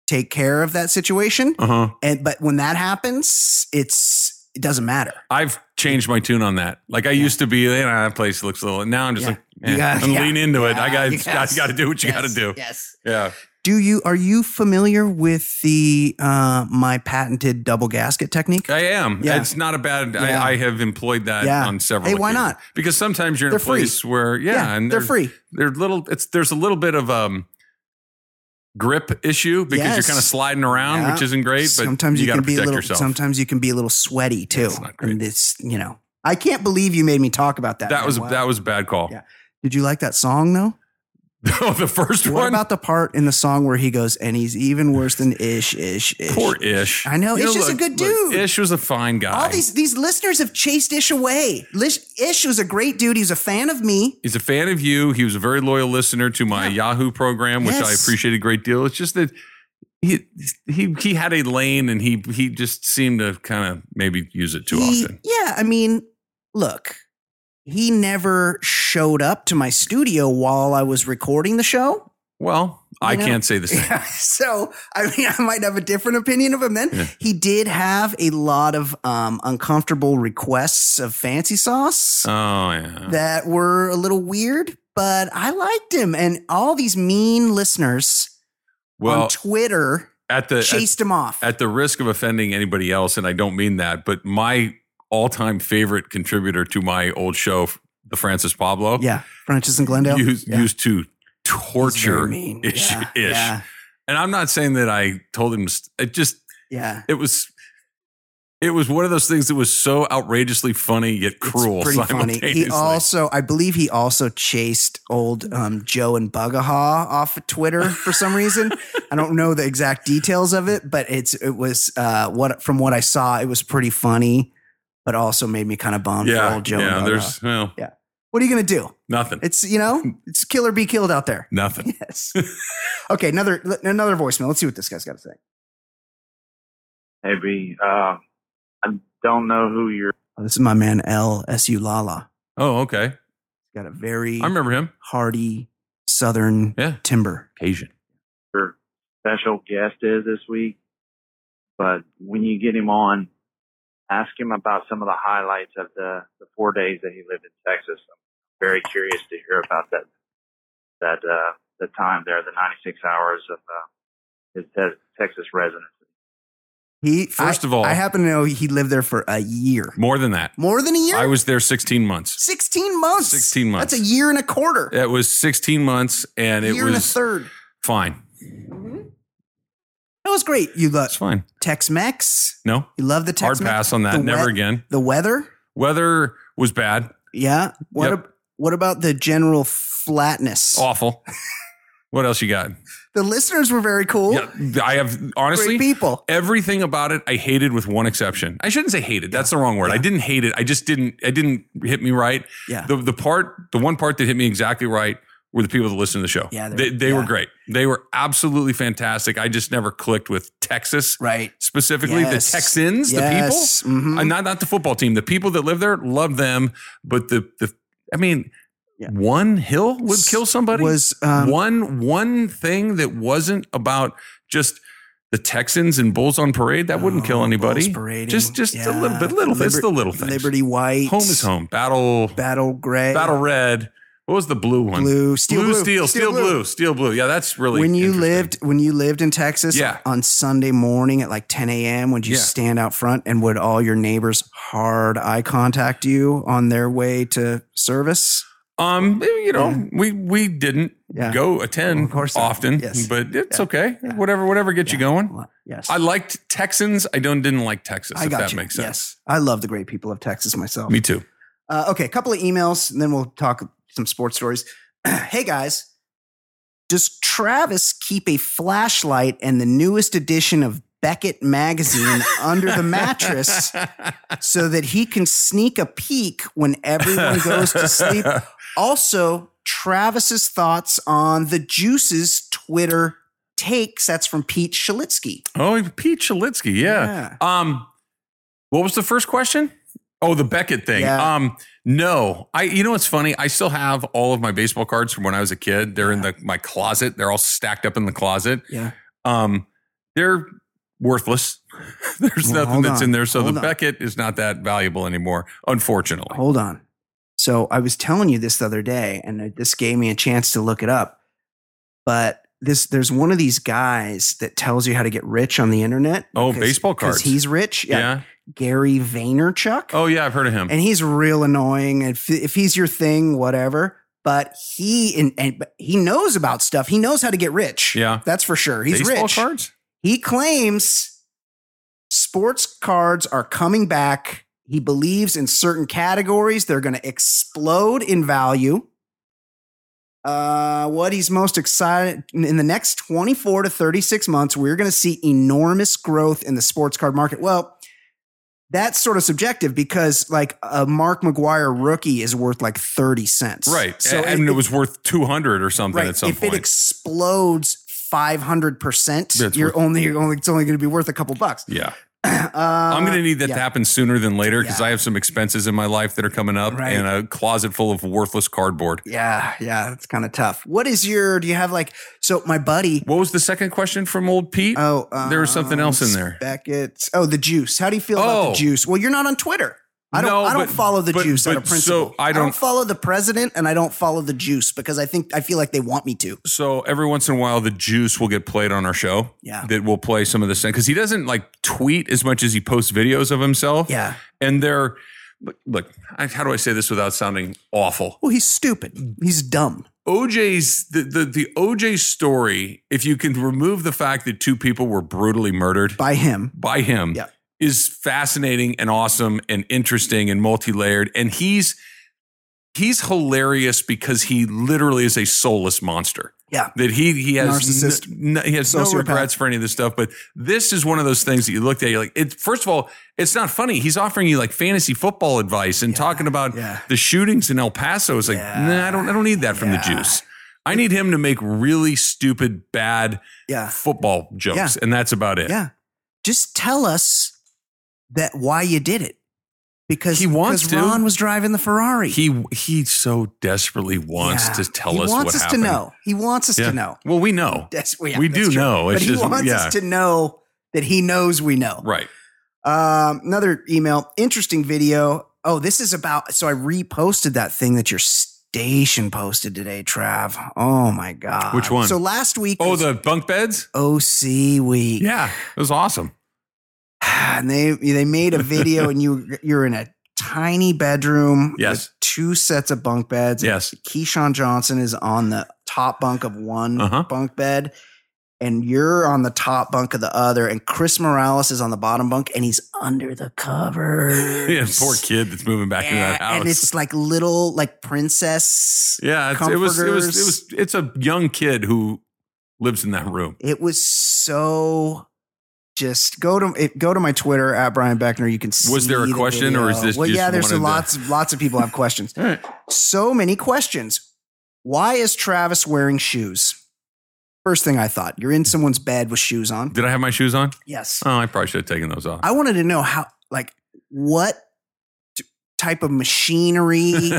take care of that situation. uh-huh. And but when that happens, it's it doesn't matter. I've changed my tune on that. Like I used to be, you know, that place looks a little. and Now I'm just Yeah. like, You eh, gotta- I'm yeah. lean into it. I Yeah, got, you I got to do what you Yes, got to do. Yes. Yeah. Do you are you familiar with the uh my patented double gasket technique? I am. Yeah. It's not a bad. Yeah. I, I have employed that Yeah. on several. Hey, why occasions. not? Because sometimes you're in They're a free. place where yeah, and they're there's- free. They're little. It's there's a little bit of um grip issue because Yes. you're kind of sliding around, Yeah. which isn't great. But sometimes you, you, got to can be protect a little. yourself. Sometimes you can be a little sweaty too. That's not great. And this, you know, I can't believe you made me talk about that. that man. was Wow. that was a bad call. Yeah. Did you like that song though? No, the first What one. about the part in the song where he goes, and he's even worse than Ish, Ish, Ish. Poor Ish. I know, You Ish is a look- good look, dude. Ish was a fine guy. All these these listeners have chased Ish away. Lish, Ish was a great dude. He's a fan of me. He's a fan of you. He was a very loyal listener to my Yahoo program, which I Yes. appreciate a great deal. It's just that he he he had a lane and he he just seemed to kind of maybe use it too He- often. Yeah, I mean, look, he never showed up to my studio while I was recording the show. Well, I know- can't say the same. so I mean, I might have a different opinion of him then. Yeah. He did have a lot of um, uncomfortable requests of fancy sauce Oh yeah. that were a little weird, but I liked him. And all these mean listeners on well, uh, Twitter at the at, chased him off. at the risk of offending anybody else, and I don't mean that, but my all-time favorite contributor to my old show, the Francis Pablo, yeah, Francis and Glendale used, yeah. used to He's very torture mean. Ish. Yeah, ish. yeah, And I'm not saying that I told him. st- It just yeah. it was it was one of those things that was so outrageously funny yet It's cruel pretty funny. simultaneously. He also, I believe, he also chased old um, Joe and Bugaha off of Twitter for some reason. I don't know the exact details of it, but it's it was uh, what from what I saw, it was pretty funny, but also made me kind of bummed for yeah, old Joe. yeah. and Bugha. There's well, what are you gonna do? nothing, It's you know, it's kill or be killed out there. nothing. Yes. okay, another another voicemail. Let's see what this guy's got to say. Hey, B. Uh, I don't know who you're. Oh, this is my man L S U Lala. Oh, okay. Got a very I remember him. hearty southern Yeah. timber. Asian. your special guest is this week, but when you get him on, ask him about some of the highlights of the, the four days that he lived in Texas. I'm very curious to hear about that that uh, the time there, the 96 hours of uh, his te- Texas residence. He First I- of all- I happen to know he lived there for a year, More than that, more than a year. I was there 16 months. sixteen months. 16 months. That's a year and a quarter. It was 16 months, and a it year and a was third. fine. That was great. You It's love fine. Tex-Mex. No You love the hard Tex-Mex. pass on that. The Never wet- again. The weather. Weather was bad, Yeah. What Yep. ab- what about the general flatness? awful. what else you got? The listeners were very cool. Yeah, I have honestly. Great people. everything about it I hated with one exception. I shouldn't say hated. That's the wrong word. I didn't hate it. I just didn't it didn't hit me right. Yeah. The the part the one part that hit me exactly right were the people that listened to the show. Yeah, They they're- they were yeah. great. They were absolutely fantastic. I just never clicked with Texas right. specifically Yes. the Texans, yes. the Mhm. people. And not not the football team. The people that live there love them, but the the I mean Yeah. one hill would kill somebody was um, one one thing that wasn't about just the Texans and Bulls on parade that wouldn't kill Oh, anybody. Bulls parading. Just just a little Yeah. bit little. it's Liber- the little things. Liberty White. Home is home. Battle Battle Gray. Battle Red. What was the blue one? Blue. Steel blue, blue. steel, steel blue. steel blue. Yeah, that's really when you interesting. lived when you lived in Texas Yeah. on Sunday morning at like 10 a.m. would you Yeah. stand out front and would all your neighbors hard eye contact you on their way to service? Um, you know, we we didn't Yeah. go attend Of course not. often, Yes. but it's Yeah. okay. Yeah. Whatever, whatever gets you going. Yes. I liked Texans. I don't didn't like Texas. I if got that you. makes sense. Yes. I love the great people of Texas myself. Me too. Uh, okay, a couple of emails, and then we'll talk some sports stories. hey guys, does Travis keep a flashlight and the newest edition of Beckett magazine under the mattress so that he can sneak a peek when everyone goes to sleep? Also, Travis's thoughts on the Juices Twitter takes. That's from Pete Shalitsky. Oh, Pete Chalitsky. Yeah. Um, what was the first question? Oh, the Beckett thing. Yeah. Um, no, I. You know what's funny? I still have all of my baseball cards from when I was a kid. They're in the my closet. They're all stacked up in the closet. Yeah. Um, they're worthless. There's Well, nothing hold that's on. in there. So Hold the on. Oh, Beckett is not that valuable anymore, unfortunately. Hold on. So I was telling you this the other day, and this gave me a chance to look it up. But this, there's one of these guys that tells you how to get rich on the internet. Oh, Because- baseball because cards. He's rich. yeah. Yeah. Gary Vaynerchuk. Oh yeah, I've heard of him. And he's real annoying. If if he's your thing, whatever. But he and, and but he knows about stuff. He knows how to get rich. yeah. That's for sure. He's baseball rich. cards. He claims sports cards are coming back. He believes in certain categories they're going to explode in value. Uh, what he's most excited in the next 24 to 36 months, we're going to see enormous growth in the sports card market. Well, that's sort of subjective because like a Mark McGuire rookie is worth like 30 cents. Right. So and, it, was worth two hundred or something Right. at some if point. it explodes 500%, That's you're worth- only, you're only, it's only going to be worth a couple bucks. yeah. Uh, I'm going to need that yeah. to happen sooner than later because Yeah. I have some expenses in my life that are coming up Right. and a closet full of worthless cardboard. Yeah, yeah, that's kind of tough. What is your? Do you have like? So my buddy. What was the second question from old Pete? Oh, um, There was something else in there. Beckett's. Oh, the juice. How do you feel about Oh. the juice? Well, you're not on Twitter. I don't. No, I don't but- follow the but- juice out but of principle. so I don't- follow the president, and I don't follow the juice because I think I feel like they want me to. so every once in a while, the juice will get played on our show. Yeah. That will play some of this thing because he doesn't like tweet as much as he posts videos of himself. Yeah. And they're, look, look I, how do I say this without sounding awful? Well, he's stupid. He's dumb. OJ's the, the the OJ story, if you can remove the fact that two people were brutally murdered By him. by him, Yeah. is fascinating and awesome and interesting and multi-layered. And he's he's hilarious because he literally is a soulless monster. Yeah. That he he has Narcissist. n- n- he has no Sociopath. regrets for any of this stuff. But this is one of those things that you looked at. You're like, it, first of all, it's not funny. He's offering you like fantasy football advice and talking about yeah. the shootings in El Paso. It's like, Yeah. nah, I don't I don't need that from the Yeah. juice. I need him to make really stupid, bad Yeah. football jokes, Yeah. and that's about it. Yeah. Just tell us that why you did it because He wants because to. Ron was driving the Ferrari. He he so desperately wants Yeah. to tell he us wants what us happened. to know. He wants us Yeah. to know. Well, we know. That's, well, yeah, we that's do true. know. But It's he just wants yeah. us to know that he knows we know. right. Um, another email, interesting video. Oh, this is about. So I reposted that thing that your station posted today, Trav. Oh my god, Which one? So last week, Oh, was the bunk beds? OC week. Yeah. It was awesome. and they they made a video, and you you're in a tiny bedroom. Yes. with two sets of bunk beds. Yes. Keyshawn Johnson is on the top bunk of one Uh-huh. bunk bed, and you're on the top bunk of the other, and Chris Morales is on the bottom bunk, and he's under the covers. Yeah, poor kid that's moving back into that And house. it's like little like princess. Yeah, it's, it was it was it was comforters. it's a young kid who lives in that room. It was so. Just go to it, go to my Twitter at Brian Beckner. You can see. Was there a the question, or is video. this Well, just yeah. There's wanted to- lots lots of people have questions. All right. so many questions. Why is Travis wearing shoes? First thing I thought, you're in someone's bed with shoes on. Did I have my shoes on? Yes. Oh, I probably should have taken those off. I wanted to know how, like, what t- type of machinery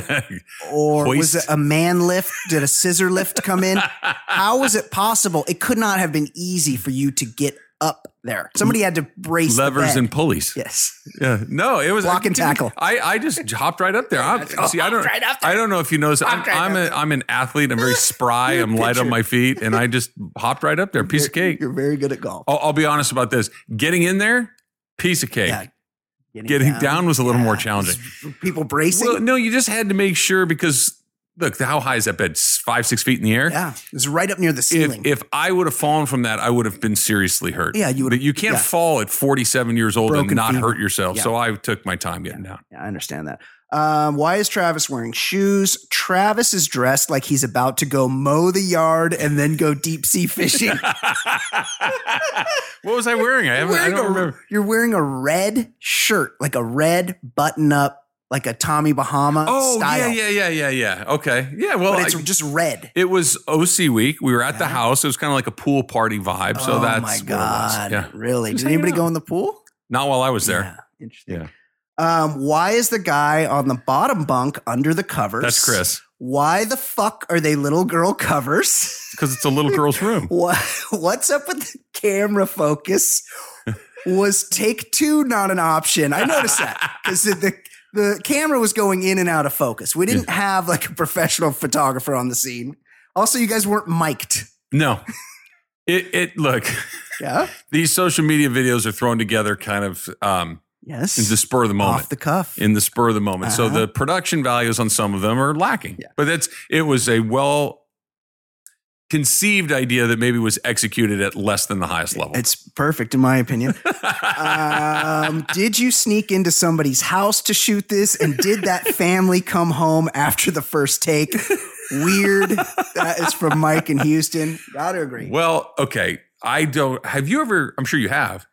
or was Hoist. it a man lift? Did a scissor lift come in? How was it possible? It could not have been easy for you to get up there. Somebody had to brace the Levers bed. and pulleys. yes. Yeah. No, it was Block and tackle. I, I just hopped right up there. I'm, see, I don't I don't know if you noticed. I'm I'm, a, I'm an athlete. I'm very spry. You're a I'm light on pitcher. my feet, and I just hopped right up there. Piece of cake. You're very good at golf. I'll, I'll be honest about this. Getting in there, piece of cake. Yeah. Getting down was a little more challenging. People bracing. Well, no, you just had to make sure because look, how high is that bed? S- Five, six feet in the air? Yeah, it's right up near the If, ceiling. if I would have fallen from that, I would have been seriously hurt. Yeah, you would- But you can't yeah. fall at 47 years old Broken and not femur. hurt yourself. Yeah. So I took my time getting down. yeah, I understand that. Um, why is Travis wearing shoes? Travis is dressed like he's about to go mow the yard and then go deep sea fishing. what was I wearing? I, You're haven't, I wearing don't a- remember. You're wearing a red shirt, like a red button up, like a Tommy Bahama Oh, style. yeah, yeah, yeah, yeah, yeah. Okay. Yeah, well, But it's I- just red. it was OC week. We were at the Yeah. house. It was kind of like a pool party vibe. So oh that's my what it was. god! Yeah. Really? Just Did anybody hanging out. go in the pool? Not while I was there. Yeah, interesting. Um, why is the guy on the bottom bunk under the covers? That's Chris. Why the fuck are they little girl covers? Because it's a little girl's room. What what's up with the camera focus? Was take two not an option? I noticed that because the the camera was going in and out of focus. We didn't have like a professional photographer on the scene. Also, you guys weren't mic'd. No. It, it look Yeah. these social media videos are thrown together kind of um, Yes. in the spur of the moment Off the cuff. in the spur of the moment so Uh-huh. the production values on some of them are lacking Yeah. but that's it was a well conceived idea that maybe was executed at less than the highest level it's perfect in my opinion. um, did you sneak into somebody's house to shoot this? And did that family come home after the first take? Weird. That is from Mike in Houston. Gotta agree. well okay i don't have you ever i'm sure you have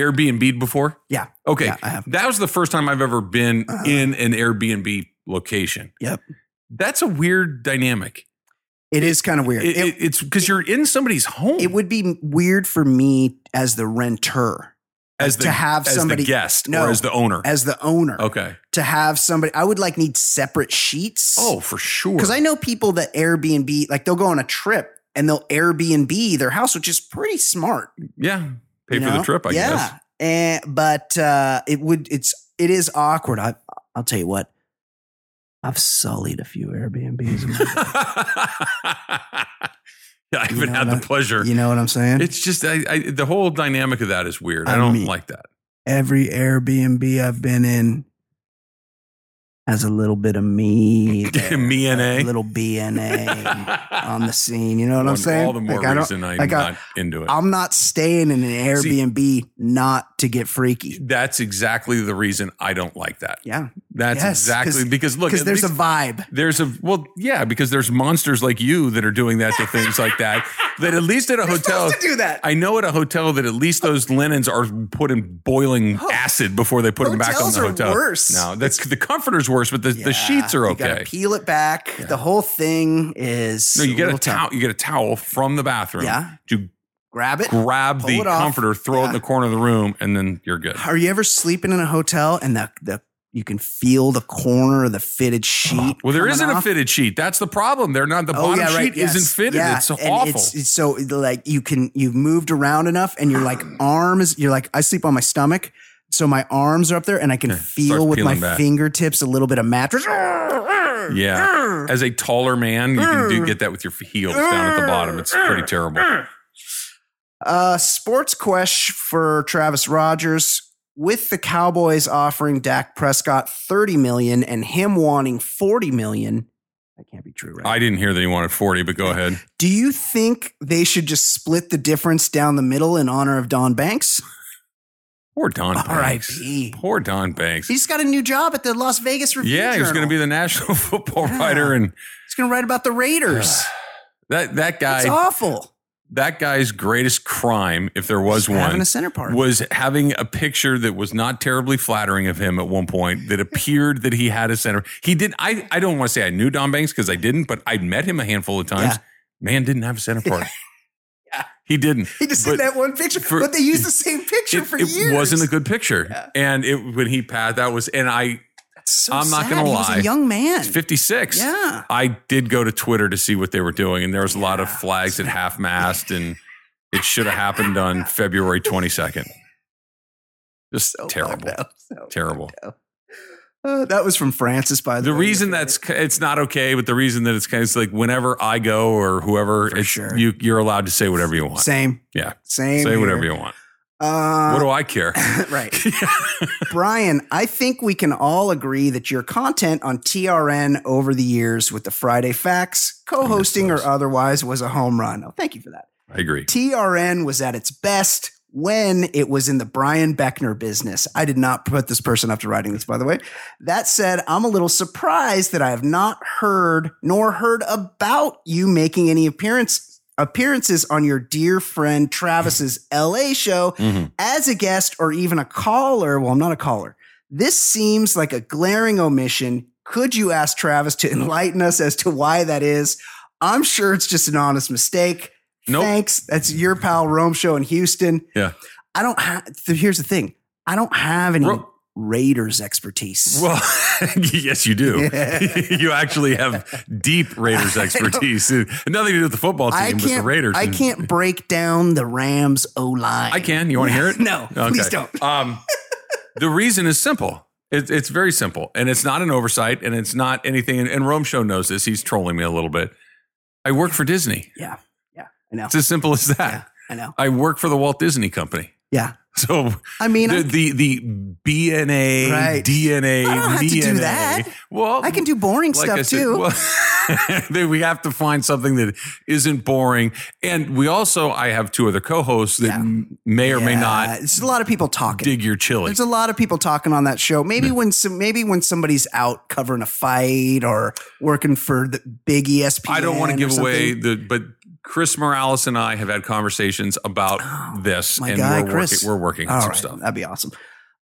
airbnb before Yeah. okay Yeah, I have. that was the first time i've ever been Uh-huh. in an airbnb location Yep. that's a weird dynamic It is kind of weird. it, It, it- it's because you're in somebody's home it would be weird for me as the renter, as to have as somebody- the guest No. or as the owner as the owner, okay to have somebody. I would like need separate sheets. oh for sure because I know people that Airbnb, like they'll go on a trip and they'll Airbnb their house, which is pretty smart. yeah pay you for the know? trip i yeah. guess And, but uh, it would it's it is awkward. I I'll tell you what. I've sullied a few Airbnbs. in my- yeah, I You haven't know had what the pleasure. you know what I'm saying? It's just I, I, the whole dynamic of that is weird. I, I don't mean- like that. Every Airbnb I've been in has a little bit of me, there, Me and a A. little BNA on the scene. You um, know what I'm One- saying? All the more Like, I don't- reason I'm like, I- not into it. I'm not staying in an See- Airbnb not to get freaky. That's exactly the reason I don't like that. Yeah, That's Yes, 'cause- exactly because look, because at there's a least- vibe. there's a well, yeah, because there's monsters like you that are doing that to things like that. That at least at a hotel, Supposed to do that. I know at a hotel that at least those linens are put in boiling acid before they put them back on Oh, Hotels the are hotel. worse. No, that's the comforter's worse, but the, the sheets are You okay. gotta peel it back. The whole thing is No, you get a little towel. You get a towel from the bathroom. Yeah. You Grab it. grab Pull the it off. comforter, throw it in Yeah. the corner of the room, and then you're good. Are you ever sleeping in a hotel and the the you can feel the corner of the fitted sheet? Well, there coming isn't a off? fitted sheet. That's the problem. They're not. The Oh, bottom yeah, right, sheet yes. isn't fitted. Yeah, It's and awful. It's, it's so like you can you've moved around enough, and your like arm is you're like I sleep on my stomach, so my arms are up there, and I can Yeah, feel starts with my peeling back. fingertips a little bit of mattress. yeah. As a taller man, you can do, get that with your heels down at the bottom. It's pretty terrible. Uh, sports quest for Travis Rogers. With the Cowboys offering Dak Prescott 30 million and him wanting 40 million, that can't be true, right? I didn't hear that he wanted forty, but go ahead. Do you think they should just split the difference down the middle in honor of Don Banks? Poor Don Banks. R.I.P. Poor Don Banks. He's got a new job at the Las Vegas Review. yeah, he's going to Journal. be the national football Yeah. writer, and He's going to write about the Raiders. that that It's guy, awful. that guy's greatest crime, if there was one, having a center part. was having a picture that was not terribly flattering of him at one point that appeared that he had a center. He did. I, I don't want to say I knew Don Banks because I didn't, but I met him a handful of times. Yeah. Man didn't have a center part. He didn't. he just But did that one picture, for- but they used the same picture It, for it years. wasn't a good picture. And it when he passed, that was, and I, That's so I'm not sad. gonna He was lie. a young man. 56. Yeah. I did go to Twitter to see what they were doing, and there was a lot of flags at half mast, and it should have happened on February 22nd. Just So terrible. fucked up. Oh, So Terrible. Uh, that was from Francis, by the, the way. reason that's it's not okay, but the reason that it's kind of it's like whenever I go or whoever, it's, sure. you you're allowed to say whatever you want. same, Yeah. same. say whatever here. you want. Uh, what do I care? right. Brian, I think we can all agree that your content on TRN over the years with the Friday Facts, co hosting or those. otherwise, was a home run. Oh, thank you for that. I agree. TRN was at its best when it was in the Brian Beckner business. I did not put this person up to writing this, by the way. That said, I'm a little surprised that I have not heard nor heard about you making any appearance appearances on your dear friend Travis's LA show Mhm. as a guest or even a caller. Well, I'm not a caller. This seems like a glaring omission. Could you ask Travis to enlighten us as to why that is? I'm sure it's just an honest mistake. Nope. Thanks. That's your pal Rome show in Houston. Yeah. I don't have, here's the thing I don't have any Ro- Raiders expertise. Well, yes, you do. you actually have deep Raiders expertise. Nothing to do with the football team, I but the can't, Raiders. I can't break down the Rams O line. I can. You want to hear it? No, Okay. please don't. Um, the reason is simple. It, it's very simple, and it's not an oversight, and it's not anything. And, and Rome Show knows this. He's trolling me a little bit. I work for Disney. Yeah. Yeah. I know. It's as simple as that. Yeah. I know. I work for the Walt Disney Company. Yeah. So I mean, I- the, the the BNA Right. DNA I don't have to do DNA. that. Well, I can do boring like stuff I said, too. well, then we have to find something that isn't boring. And we also, I have two other co-hosts that Yeah. m- may or may Yeah, not It's a lot of people talking. dig your chili. There's a lot of people talking on that show. Maybe when some, maybe when somebody's out covering a fight or working for the big E ESPN. I don't want or to give away something. the, but Chris Morales and I have had conversations about this, Oh, my and guy, we're Chris. working. We're working on All some right, stuff. That'd be awesome.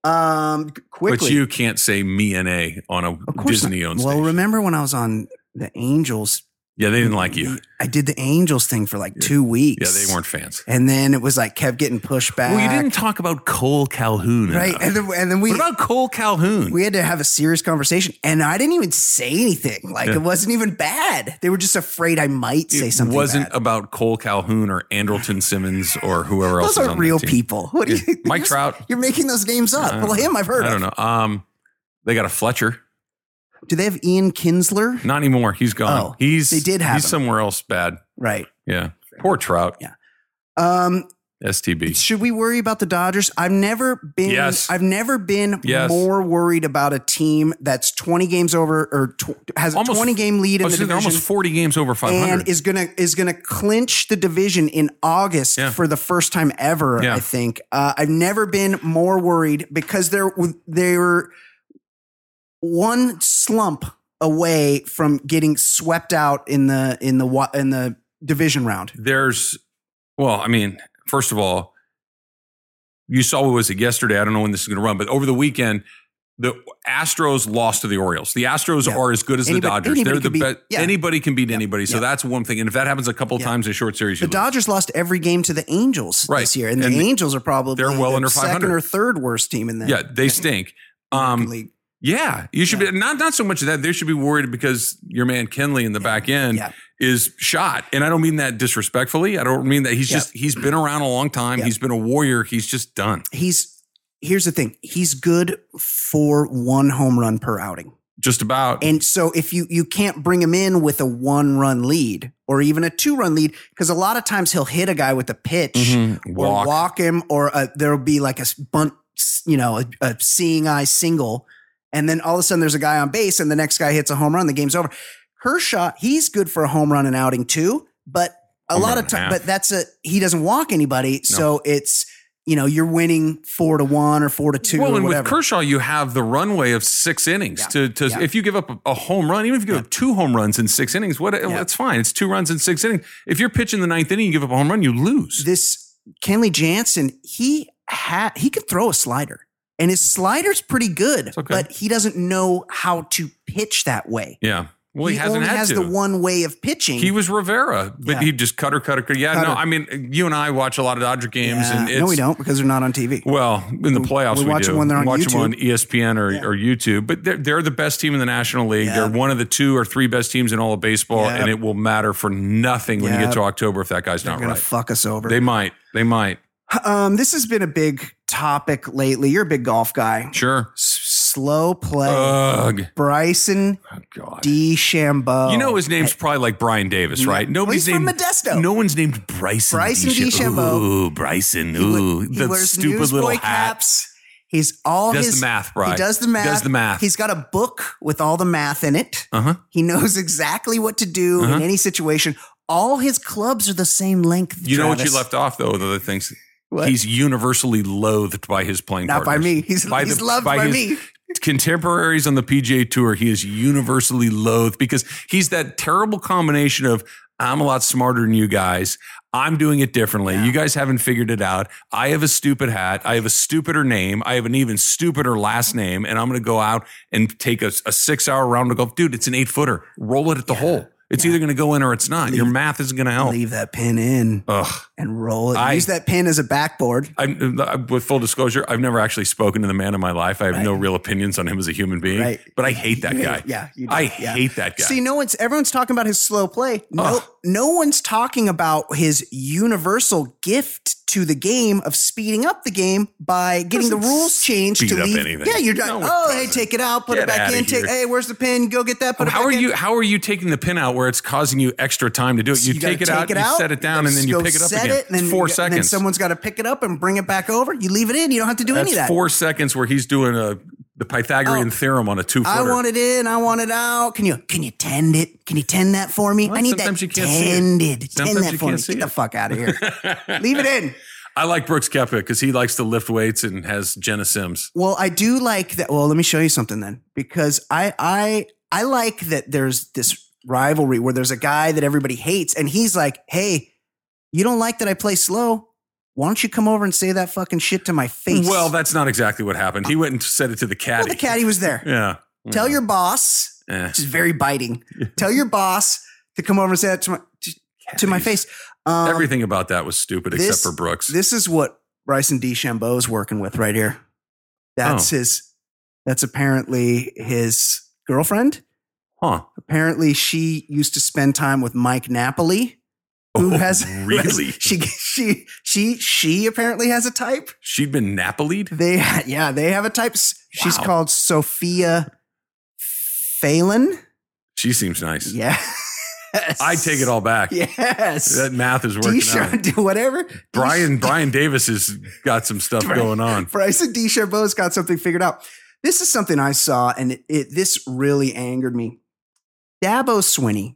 Um, quickly, But you can't say me and A on a Of course Disney not. owned Well, station. remember when I was on the Angels? yeah, they didn't like you. I did the Angels thing for like two weeks. Yeah, they weren't fans. And then it was like kept getting pushed back. Well, you didn't talk about Cole Calhoun. right? enough. And then, and then we what about Cole Calhoun? we had to have a serious conversation and i didn't even say anything like Yeah. it wasn't even bad they were just afraid i might say something It wasn't bad. about Cole Calhoun or Andrelton Simmons or whoever else. those is aren't on real that team. people what do Yeah. you Mike you're- Trout. you're making those names up well him i've heard I of. don't know. Um, they got a Fletcher. do they have ian kinsler Not anymore. He's gone. Oh, he's they did have he's him. somewhere else. Bad. right Yeah. Poor Trout. um STB. should we worry about the dodgers i've never been Yes. i've never been Yes. more worried about a team that's 20 games over or tw- has Almost- a 20 game lead in Oh, so the division they're almost forty games over five and hundred. is gonna is gonna clinch the division in August Yeah. for the first time ever. Yeah. I think uh, I've never been more worried because they're they were one slump away from getting swept out in the in the wa- in the division round. There's, well, I mean, first of all, you saw what was it yesterday? I don't know when this is going to run, but over the weekend. The Astros lost to the Orioles. The Astros Yeah. are as good as Anybody- the Dodgers. anybody They're the could beat- best. yeah. Anybody can beat anybody. So Yeah. that's one thing. And if that happens a couple Yeah. times in a short series, you The lose. Dodgers lost every game to the Angels Right. this year, and, And the Angels are probably they're well the under second 500. or third worst team in the Yeah, they stink. Um, league. yeah, you should Yeah. be not not so much of that. They should be worried because your man Kenley in the back end Yeah. is shot, and I don't mean that disrespectfully. I don't mean that he's Yeah. just he's been around a long time. Yeah. He's been a warrior. He's just done. He's here's the thing: he's good for one home run per outing. Just about. And so if you you can't bring him in with a one run lead or even a two run lead, because a lot of times he'll hit a guy with a pitch Mhm. or Walk. Mm-hmm. walk. him, or a, there'll be like a s- bunt, s- you know, a, a seeing eye single, and then all of a sudden there's a guy on base, and the next guy hits a home run, the game's over. Kershaw, he's good for a home run and outing too, but a Home lot run of and a half. times, but that's a he doesn't walk anybody, so it's you know you're winning four to one or four to two. well, or and with whatever. Kershaw, you have the runway of six innings Yeah. to, to Yeah. if you give up a, a home run, even if you give up two home runs in six innings, what that's fine. It's two runs in six innings. If you're pitching the ninth inning, you give up a home run, you lose. this Kenley Jansen, he had he could throw a slider. And his slider's pretty good, okay. but he doesn't know how to pitch that way. yeah. Well, he, hasn't only had has to. the one way of pitching. He was Rivera, but Yeah. he just cutter, cutter, cutter. Yeah, Cutter. no, I mean, you and I watch a lot of Dodger games, Yeah. and it's, no, we don't because they're not on TV. Well, in the playoffs, we we, watch do. them when they're on We watch them YouTube. on E ESPN or, Yeah. or YouTube, but they're, they're the best team in the National League. Yeah. They're one of the two or three best teams in all of baseball, Yeah. and it will matter for nothing when you Yeah. get to October if that guy's they're not gonna right. fuck us over. They might. They might. um, this has been a big topic lately. You're a big golf guy. Sure. S- slow play. Ugh. Bryson Oh, God. DeChambeau. You know his name's probably like Brian Davis, right? Nobody's he's from named Modesto. No one's named Bryson. Bryson DeChambeau. Ooh, Bryson. He wa- Ooh, he the wears stupid newsboy little hat. caps. He's all Does his the math, right? He does the math. Does the math. He's got a book with all the math in it. Uh-huh. He knows exactly what to do Uh-huh. in any situation. All his clubs are the same length. You know what you Travis. left off though? The other things What? he's universally loathed by his playing not by partners. me. He's, By he's the- loved by by, his- me. Contemporaries on the PGA Tour, he is universally loathed because he's that terrible combination of I'm a lot smarter than you guys. I'm doing it differently. You guys haven't figured it out. I have a stupid hat. I have a stupider name. I have an even stupider last name. And I'm going to go out and take a, a six hour round of golf. Dude, it's an eight footer. Roll it at the hole. It's either going to go in or it's not. Your math isn't going to help. Leave that pin in Ugh. and roll it. Oh. I- Use that pin as a backboard. I'm, uh, with full disclosure, I've never actually spoken to the man in my life. I have no real opinions on him as a human being, Right. but I hate that guy. Yeah, you do. I Yeah. hate that guy. See, no one's everyone's talking about his slow play. No, Ugh. no one's talking about his universal gift to the game of speeding up the game by getting the Doesn't rules changed speed to up leave. anything. Yeah, you're No, done. it oh, hey, doesn't. take it out, put Get it back outta in. Take, here. hey, where's the pin? Go get that. Put it how back are in. you? How are you taking the pin out where it's causing you extra time to do it? So You, gotta take, it, out, you set it down, and then you go pick it up set again. It, and then it's four you- seconds. Then someone's got to pick it up and bring it back over. You leave it in. You don't have to do That's any of that. four seconds where he's doing a the Pythagorean Oh, theorem on a two I footer. want it in. I want it out. Can you can you tend it? Can you tend that for me? What? I need Sometimes that you can't see it. tended. Sometimes Tend that you for me. can't see Get the it. fuck out of here. Leave it in. I like Brooks Kepka because he likes to lift weights and has Jenna Sims. Well, I do like that. Well, let me show you something then, because I I I like that there's this rivalry where there's a guy that everybody hates, and he's like, "Hey, you don't like that I play slow? Why don't you come over and say that fucking shit to my face?" Well, that's not exactly what happened. He went and said it to the caddy. Well, the caddy was there. Yeah. Tell Yeah. your boss, Eh. which is very biting. Tell your boss to come over and say that to my to my face. Um, Everything about that was stupid except this- for Brooks. This is what Bryson DeChambeau is working with right here. That's Oh. his. That's apparently his girlfriend. huh. Apparently, she used to spend time with Mike Napoli, who Oh, has really? she she she she apparently has a type. She'd been napolied? They yeah they have a type. She's Wow. called Sophia Phelan. She seems nice. Yeah, I take it all back. Yes, That math is working out. Deshaun, whatever. Brian Brian Davis has got some stuff going on. Bryson DeChambeau's got something figured out. This is something I saw, and it, it this really angered me. Dabo Swinney,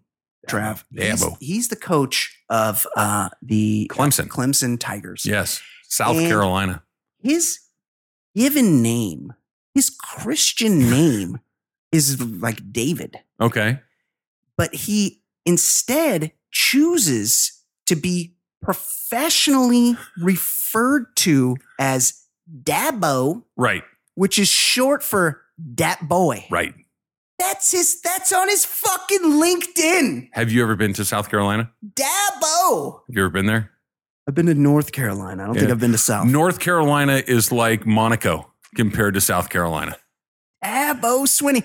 Trav. He's- Dabo. He's, the coach of uh, the Clemson. Clemson Tigers. Yes. South And- Carolina. His given name, his Christian name, is like David, Okay. but he instead chooses to be professionally referred to as Dabo Right. which is short for Dat Boy. Right. That's his. That's on his fucking LinkedIn. Have you ever been to South Carolina? Dabo. Have you ever been there? I've been to North Carolina. I don't think Yeah. I've been to South. North Carolina is like Monaco compared to South Carolina. Dabo Swinney.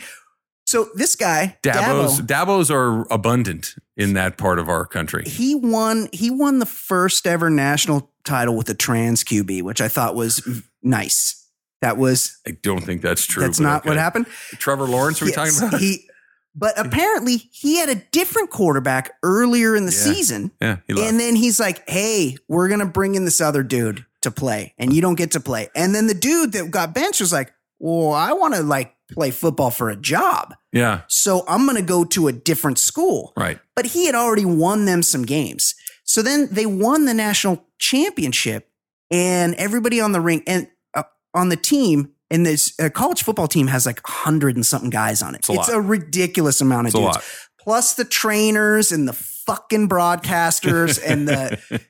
So this guy, Dabos Dabo, Dabos are abundant in that part of our country. he won. He won the first ever national title with a trans QB, which I thought was nice. That was. I don't think that's true. that's but not what okay. happened. Trevor Lawrence, are we Yes, talking about? He, but apparently, he had a different quarterback earlier in the Yeah. season. yeah, he left. And then he's like, hey, we're going to bring in this other dude to play, and you don't get to play. And then the dude that got benched was like, well, I want to like play football for a job. yeah, So I'm going to go to a different school. right. But he had already won them some games. So then they won the national championship, and everybody on the ring and uh, on the team. And this uh, college football team has like hundred and something guys on it. It's a it's lot. a ridiculous amount It's of a dudes lot. plus the trainers and the fucking broadcasters and the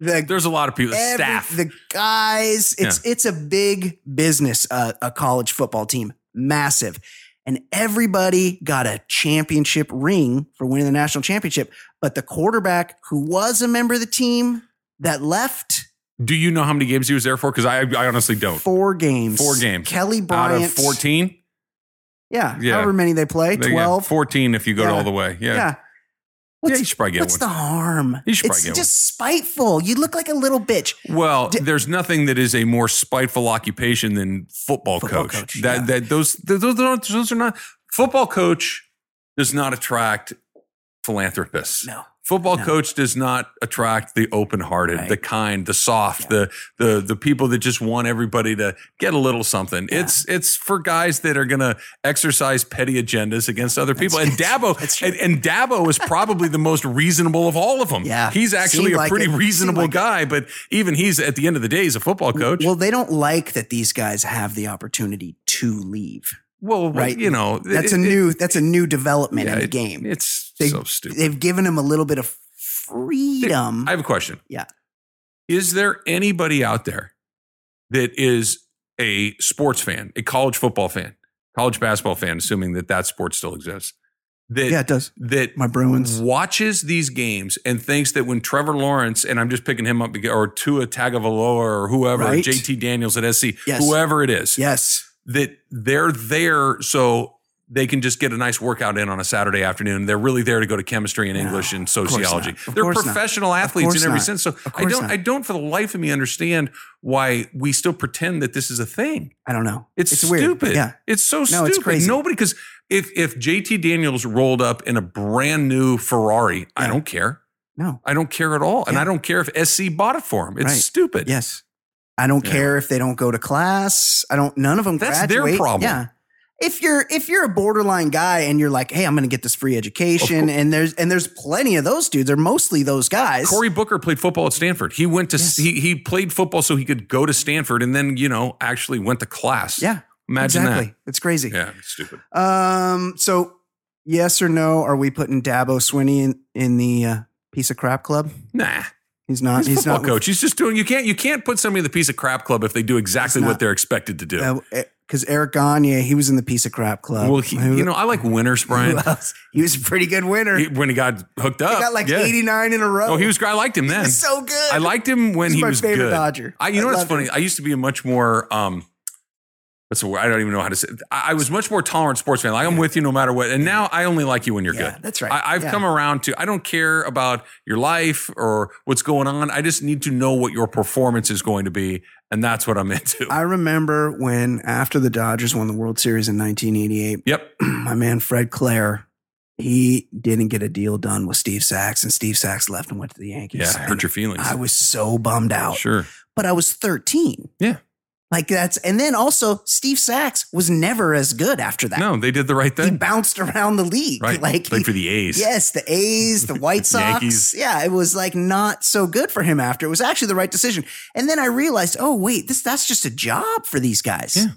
the There's a lot of people. every- staff. the guys. It's it's a big business. Uh, a college football team, massive, and everybody got a championship ring for winning the national championship. But the quarterback who was a member of the team that left Do you know how many games he was there for? Because I, I honestly don't. four games, Four games. Kelly Out Bryant, of 14, yeah, Yeah. however many they play, They- yeah, twelve, 14 if you go Yeah. all the way. Yeah. yeah. Yeah, you should probably get what's one. the harm? You should probably it's get just spiteful. You look like a little bitch. Well, D- there's nothing that is a more spiteful occupation than football, Football coach. coach, That yeah. that those those, those, are not, those are not football coach does not attract philanthropists. No. Football No. coach does not attract the open-hearted, Right. the kind, the soft, Yeah. the the the people that just want everybody to get a little something. Yeah. It's it's for guys that are going to exercise petty agendas against other people. And That's Dabo true. and, and Dabo is probably the most reasonable of all of them. Yeah. he's actually Seemed a like pretty it. Seemed reasonable like it. guy, but even he's at the end of the day, he's a football coach. Well, they don't like that these guys have the opportunity to leave. Well, Right. you know, That's it- a it- new that's a new development yeah, in the it- game. It's They- so stupid. They've given him a little bit of freedom. I have a question. Yeah. Is there anybody out there that is a sports fan, a college football fan, college basketball fan, assuming that that sport still exists, that yeah, it does. that My Bruins. watches these games and thinks that when Trevor Lawrence and I'm just picking him up or Tua Tagovailoa or whoever, Right. JT Daniels at SC, Yes. whoever it is, Yes. that they're there so they can just get a nice workout in on a Saturday afternoon. They're really there to go to chemistry and No, English and course not. sociology. Of They're course not. professional course athletes in every not. sense. So I course don't, not. I don't for the life of me understand why we still pretend that this is a thing. I don't know. It's, weird. stupid. Yeah. It's so No, stupid. it's crazy. Nobody, because if, if JT Daniels rolled up in a brand new Ferrari, I Yeah. don't care. No. I don't care at all. And Yeah. I don't care if SC bought it for him. It's Right. stupid. Yes. I don't Yeah. care if they don't go to class. I don't. None of them. That's their graduate. problem. Yeah. If you're if you're a borderline guy and you're like, hey, I'm going to get this free education, and there's and there's plenty of those dudes. They're mostly those guys. Cory Booker played football at Stanford. He went to Yes. he he played football so he could go to Stanford and then you know actually went to class. yeah. imagine exactly. It's crazy. that. Yeah, it's stupid. Um. So, yes or no? Are we putting Dabo Swinney in, in the uh, piece of crap club? Nah, He's not. he's, He's, a football not. coach. He's just doing. You can't you can't put somebody in the piece of crap club if they do exactly He's what not- they're expected to do. Because uh, eh, Eric Gagne, he was in the piece of crap club. well, he, Who- you know, I like winners, Brian. who else? He was a pretty good winner. He- he when he got hooked up, got like yeah. 89 in a row. Oh, he was. I liked him He then. was so good. I liked him when He's he my was favorite good. Dodger. I, you know I what's love funny? him. I used to be a much more um, what's the word? I don't even know how to say. It. I, I was much more tolerant sports fan. Like I'm with you no matter what. And now I only like you when you're Yeah, good. that's right. I, I've Yeah. come around to. I don't care about your life or what's going on. I just need to know what your performance is going to be, and that's what I'm into. I remember when after the Dodgers won the World Series in 1988, yep. my man Fred Clare, he didn't get a deal done with Steve Sachs, and Steve Sachs left and went to the Yankees. Yeah. Hurt your feelings. I was so bummed out. Sure. But I was 13. Yeah. Like that's and then also Steve Sachs was never as good after that. No, they did the right He thing. bounced around the league. Right. Like Played for the A's. Yes, the A's, the White Sox. Yankees. Yeah, it was like not so good for him after. It was actually the right decision. And then I realized, oh wait, this that's just a job for these guys. Yeah.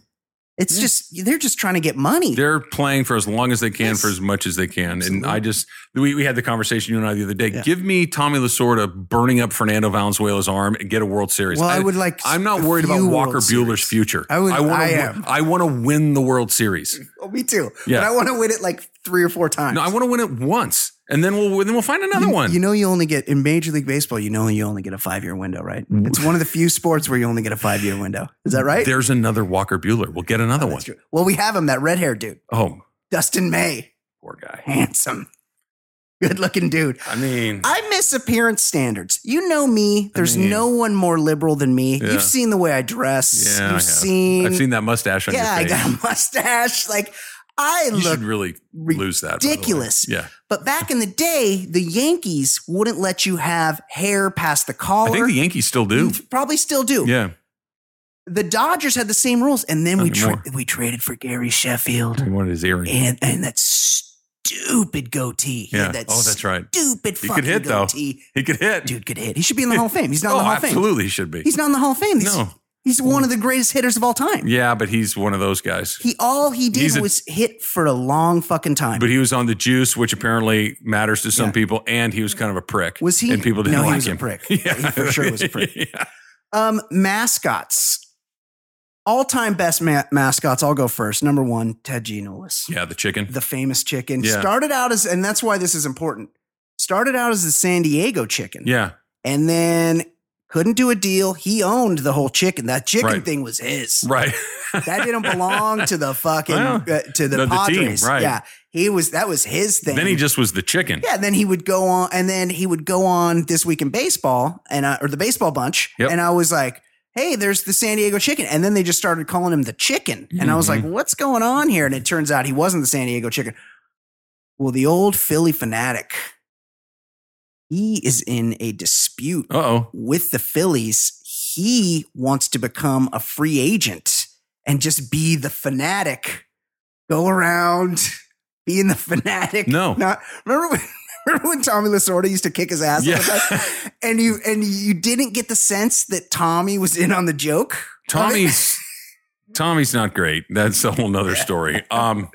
It's just they're just trying to get money. They're playing for as long as they can Yes. for as much as they can. And Absolutely. I just we, we had the conversation you and I the other day. Yeah. Give me Tommy Lasorda burning up Fernando Valenzuela's arm and get a World Series. well, I, would like. I'm not a worried about few Walker World Bueller's Series. future. I would- wanna I win- am. I want to win the World Series. Oh, me too. Yeah. But I want to win it like three or four times. No, I want to win it once, and then we'll then we'll find another you, one. You know, you only get in Major League Baseball. You know, you only get a five year window, right? It's one of the few sports where you only get a five year window. Is that right? Oh, There's another Walker Bueller. We'll get another one. That's true. Well, we have him. That red haired dude, Oh, Dustin May, poor guy. handsome, good looking dude. I mean, I miss appearance standards. You know me. There's mean- no one more liberal than me. Yeah. You've seen the way I dress. Yeah, I You've have. seen, I've seen that mustache on Yeah, I your face. got a mustache. Like I you look should really lose that. by the way. ridiculous. Yeah, But back in the day, the Yankees wouldn't let you have hair past the collar. I think the Yankees still do. You probably still do. Yeah, The Dodgers had the same rules, and then Not we tra- anymore. we traded for Gary Sheffield he wanted his earring. and and that stupid goatee. He yeah. had that oh, that's right. stupid He could fucking hit, though. goatee. He could hit. Dude could hit. He should be in the Hall of Fame. He's not in oh, the Hall of Fame. absolutely, he should be. He's not in the Hall of Fame. He's, no. he's one of the greatest hitters of all time. Yeah, but he's one of those guys. He all he did He's a- was hit for a long fucking time. But he was on the juice, which apparently matters to some Yeah. people, and he was kind of a prick. was he? And people didn't no, like he was him. a prick. Yeah. He for sure was a prick. Yeah. Um, mascots. All time best ma- mascots. I'll go first. Number one, Ted Gianoulis, Yeah, the chicken. the famous chicken. Yeah. Started out as, and that's why this is important. Started out as the San Diego chicken, Yeah, and then couldn't do a deal. He owned the whole chicken. That chicken Right. thing was his. Right. That didn't belong to the fucking Well, uh, to the no, the team, Padres. right. Yeah, he was. That was his thing. then he just was the chicken. Yeah, then he would go on, and then he would go on this week in baseball, and I, or the baseball bunch, Yep. and I was like, "Hey, there's the San Diego Chicken," and then they just started calling him the Chicken, and I was like, "What's going on here?" And it turns out he wasn't the San Diego Chicken. Well, the old Philly fanatic, he is in a dispute Uh oh. with the Phillies. He wants to become a free agent and just be the fanatic, go around being the fanatic. No. not remember when. Remember when Tommy Lasorda used to kick his ass, all the Yeah. time? and you and you didn't get the sense that Tommy was in on the joke. Tommy's Tommy's not great. That's a whole nother story. Um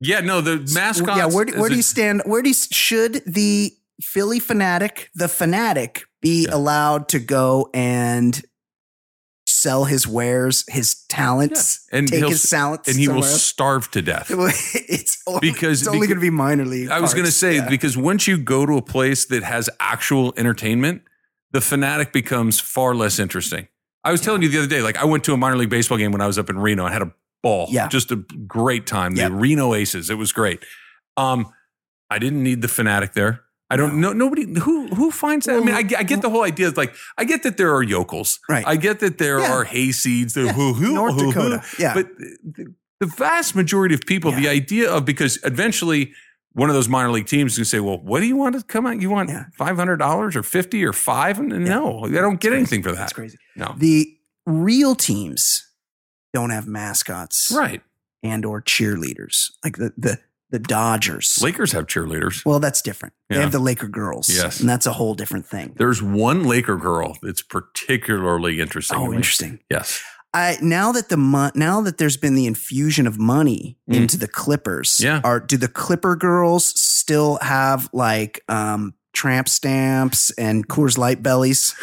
yeah, no, the mascot. yeah, where do, where do you stand? Where do you, should the Philly fanatic, the fanatic, be Yeah. allowed to go and sell his wares, his talents, and take he'll his talents, and he will somewhere else? starve to death. It will- it's only, Because- it's only because- going to be minor league. I was going to parts. say Yeah. because once you go to a place that has actual entertainment, the fanatic becomes far less interesting. I was telling you the other day, like I went to a minor league baseball game when I was up in Reno. I had a ball, Yeah. just a great time. Yeah. The Reno Aces, it was great. Um, I didn't need the fanatic there. I don't know nobody who who finds that. I mean, I, get- I get the whole idea. Like, I get that there are yokels. Right. I get that there Yeah. are hayseeds. There, Yeah. who, who, North who, who. Dakota. Yeah, But the, the vast majority of people, Yeah. the idea of because eventually one of those minor league teams is going to say, "Well, what do you want to come out? You want Yeah. five hundred dollars or fifty or five? And no, I don't get anything for that. that's crazy. No, The real teams don't have mascots right? and or cheerleaders like the the the Dodgers. Lakers have cheerleaders. Well, that's different. They Yeah. have the Laker girls. Yes. And that's a whole different thing. There's one Laker girl that's particularly interesting. to Oh, me. interesting. Yes, I now that the mon- now that there's been the infusion of money Mm. into the Clippers, Yeah. are do the Clipper girls still have like um tramp stamps and Coors Light bellies?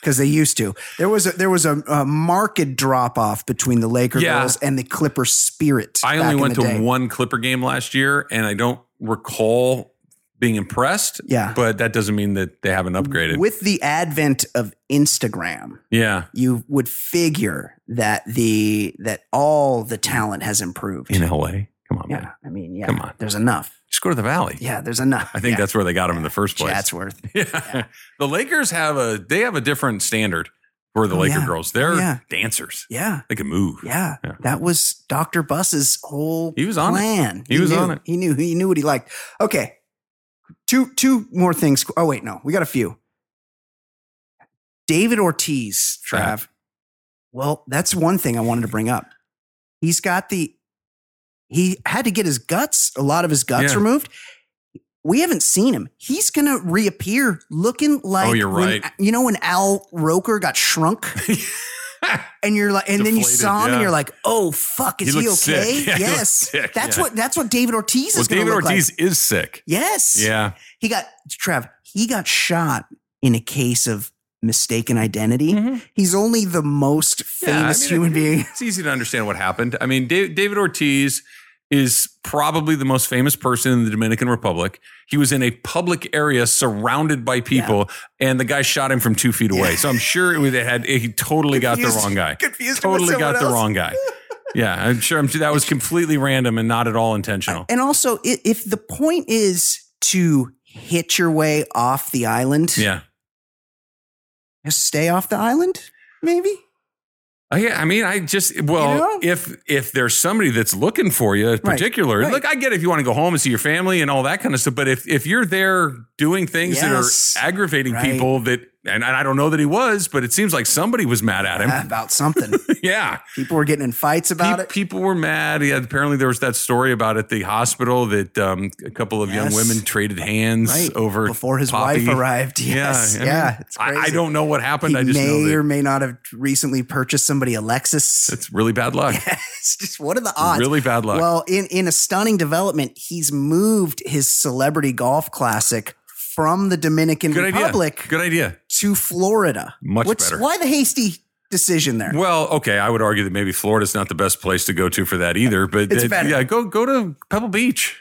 Because they used to. There was a, there was a, a marked drop off between the Laker Yeah. girls and the Clipper spirit. I back only in went the to day. one Clipper game last year, and I don't recall being impressed. Yeah. But that doesn't mean that they haven't upgraded. With the advent of Instagram, yeah, you would figure that the that all the talent has improved. in L.A. Come on, man, yeah, I mean, yeah, Come on. there's enough. just go to the Valley. Yeah, there's enough. I think yeah. that's where they got him in the first place. Chatsworth. Yeah. Yeah. The Lakers have a they have a different standard for the Oh, Laker yeah. girls. They're yeah. dancers. Yeah, They can move. yeah, Yeah. That was Doctor Buss's whole He was on it. plan. He was knew, on it. He knew. He knew what he liked. Okay, two two more things. Oh wait, no, we got a few. David Ortiz, Trav. Trav. Well, that's one thing I wanted to bring up. He's got the. He had to get his guts, a lot of his guts Yeah. removed. We haven't seen him. He's gonna reappear looking like Oh, you're when- right. you know when Al Roker got shrunk? and you're like, and then you Deflated, saw him, and yeah. you're like, oh fuck, is He he, looked okay? sick. Yeah, he yes, looked sick, that's yeah. what that's what David Ortiz well, is. going to David look Ortiz Like. is sick. Yes. Yeah. He got Trav. He got shot in a case of mistaken identity. He's only the most Mm-hmm. Yeah, I famous mean, human being. It's easy to understand what happened. I mean, Da- David Ortiz is probably the most famous person in the Dominican Republic. He was in a public area surrounded by people, and the guy shot him from two feet away. So I'm sure it was, it had he totally got the Confused- wrong guy. confused him with Totally got someone the else. wrong guy. Yeah, I'm sure. I'm sure that was completely random and not at all intentional. And also, i- if the point is to hit your way off the island, yeah. just stay off the island, maybe. I, yeah, I mean, I just well, You know? if if there's somebody that's looking for you, in particular, right. look, I get if you want to go home and see your family and all that kind of stuff, but if if you're there doing things Yes. that are aggravating Right. people that, and I don't know that he was, but it seems like somebody was mad at him. Uh, About something, yeah, people were getting in fights about Pe- it. people were mad. Yeah, apparently there was that story about at the hospital that um, a couple of young Yes. women traded hands Right. over before his Poppy. wife arrived. Yes. I Yeah. mean, it's I, crazy. I don't know what happened. He I just know may that or may not have recently purchased somebody a Lexus. it's really bad luck. it's just what are the odds? Really bad luck. Well, in, in a stunning development, he's moved his celebrity golf classic from the Dominican Good Republic idea. Good idea. to Florida. Much What's, better. Why the hasty decision there? Well, okay, I would argue that maybe Florida's not the best place to go to for that either. But It's uh, better. yeah, go go to Pebble Beach.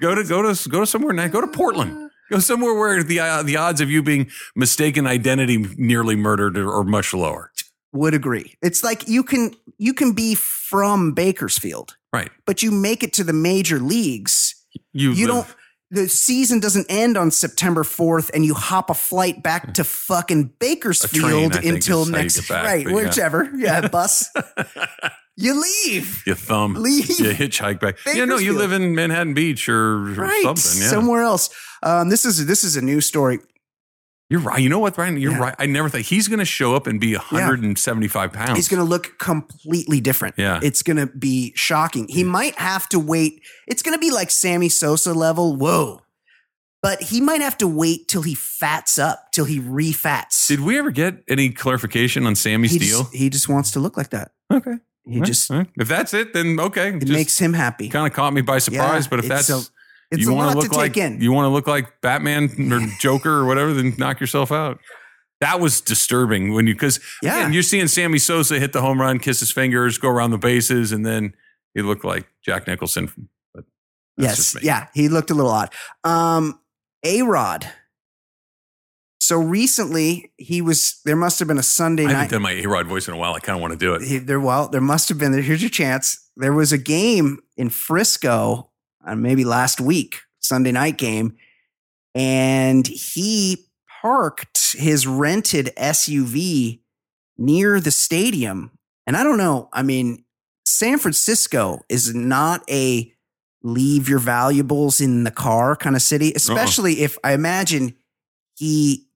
Go to go to go to somewhere nice. Go to Portland. Go somewhere where the uh, the odds of you being mistaken identity nearly murdered are, are much lower. Would agree. It's like you can you can be from Bakersfield, Right. but you make it to the major leagues. You, You live- don't. The season doesn't end on September fourth, and you hop a flight back to fucking Bakersfield I think, until is how you next. get back, right, but yeah. whichever. Yeah, bus. you leave. you thumb Leave. you hitchhike back. Yeah, no, you Bakersfield. live in Manhattan Beach or right something. Yeah, somewhere else. Um, this is this is a new story. you're right. You know what, Brian? You're Yeah. right. I never thought he's going to show up and be 175 pounds. He's going to look completely different. Oh. Yeah. It's going to be shocking. He might have to wait. It's going to be like Sammy Sosa level. Whoa. But he might have to wait till he fats up, till he refats. Did we ever get any clarification on Sammy he Steele? just, he just wants to look like that. okay, He All right, just all right. if that's it, then okay. it makes him happy. kind of caught me by surprise. Yeah, but if it's that's a- It's a wanna lot to like take in. you want to look like Batman or Joker or whatever, then knock yourself out. That was disturbing when you because yeah. you're seeing Sammy Sosa hit the home run, kiss his fingers, go around the bases, and then he looked like Jack Nicholson. But that's yes. just me. Yeah. He looked a little odd. Um, A Rod. So recently he was, there must have been a Sunday I night. haven't done my A Rod voice in a while. I kind of want to do it. He- there well there must have been here's your chance there was a game in frisco uh, maybe last week sunday night game and he parked his rented suv near the stadium and i don't know i mean san francisco is not a leave your valuables in the car kind of city Uh-uh. especially if i imagine he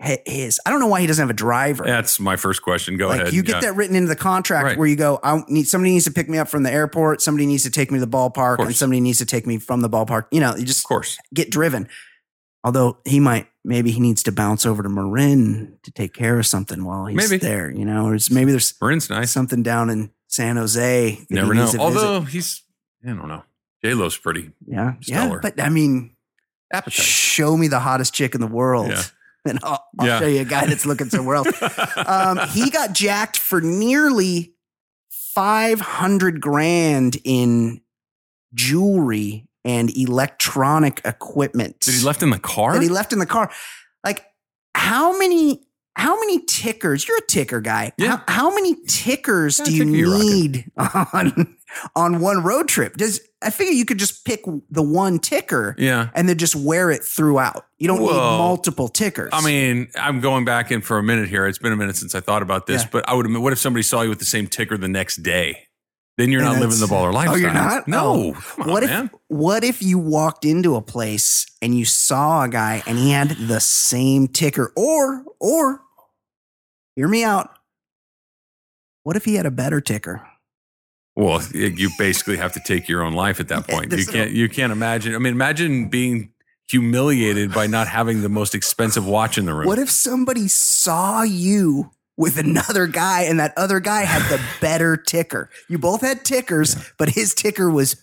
hi- his i don't know why he doesn't have a driver That's my first question. Go like ahead. you get Yeah. that written into the contract Right. where you go, I need somebody needs to pick me up from the airport, somebody needs to take me to the ballpark, and course. somebody needs to take me from the ballpark. You know, you just Of course. get driven. Although he might, maybe he needs to bounce over to Marin to take care of something while he's Maybe. there. You know, or it's- maybe there's Marin's nice. something down in San Jose. That Never he know. needs to visit. Although he's, I don't know. J Lo's pretty yeah, yeah, stellar. but I mean, appetite. show me the hottest chick in the world, Yeah. and I'll, I'll Yeah. show you a guy that's looking somewhere else. um, he got jacked for nearly 500 grand in jewelry and electronic equipment Did he left in the car? that he left in the car. Like, how many? How many tickers? You're a ticker guy. Yeah. How, how many tickers Yeah, do you ticker you rockin'. need on on one road trip? Does I figure you could just pick the one ticker yeah. and then just wear it throughout. You don't Whoa. need multiple tickers. I mean, I'm going back in for a minute here. It's been a minute since I thought about this, Yeah. but I would. What if somebody saw you with the same ticker the next day? Then you're And not living that's- the baller lifestyle. Oh, you're not? No. Oh. Come on, what if man. what if you walked into a place and you saw a guy and he had the same ticker or or hear me out what if he had a better ticker Well, it- you basically have to take your own life at that Yeah, point. this You is- can't. You can't imagine. I mean, imagine being humiliated by not having the most expensive watch in the room. what if somebody saw you with another guy and that other guy had the better ticker you both had tickers but his ticker was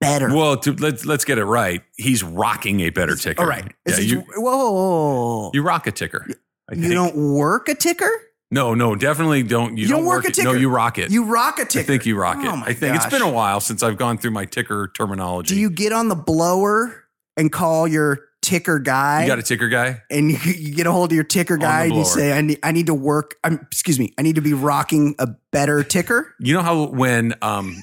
better well, to, let's let's get it right. He's rocking a better ticker. all right Yeah, This is- you, whoa, whoa, whoa. you rock a ticker. I You think. don't work a ticker No, no, definitely don't. You, don't, work, it. No, ticker. you rock it. you rock a ticker I think you rock it. Oh my I think it's gosh. been a while since I've gone through my ticker terminology. Do you get on the blower and call your ticker guy? You got a ticker guy? and you, you get a hold of your ticker the guy and you blower. say, I need, I need to work. I'm, excuse me. I need to be rocking a better ticker. You know how when um,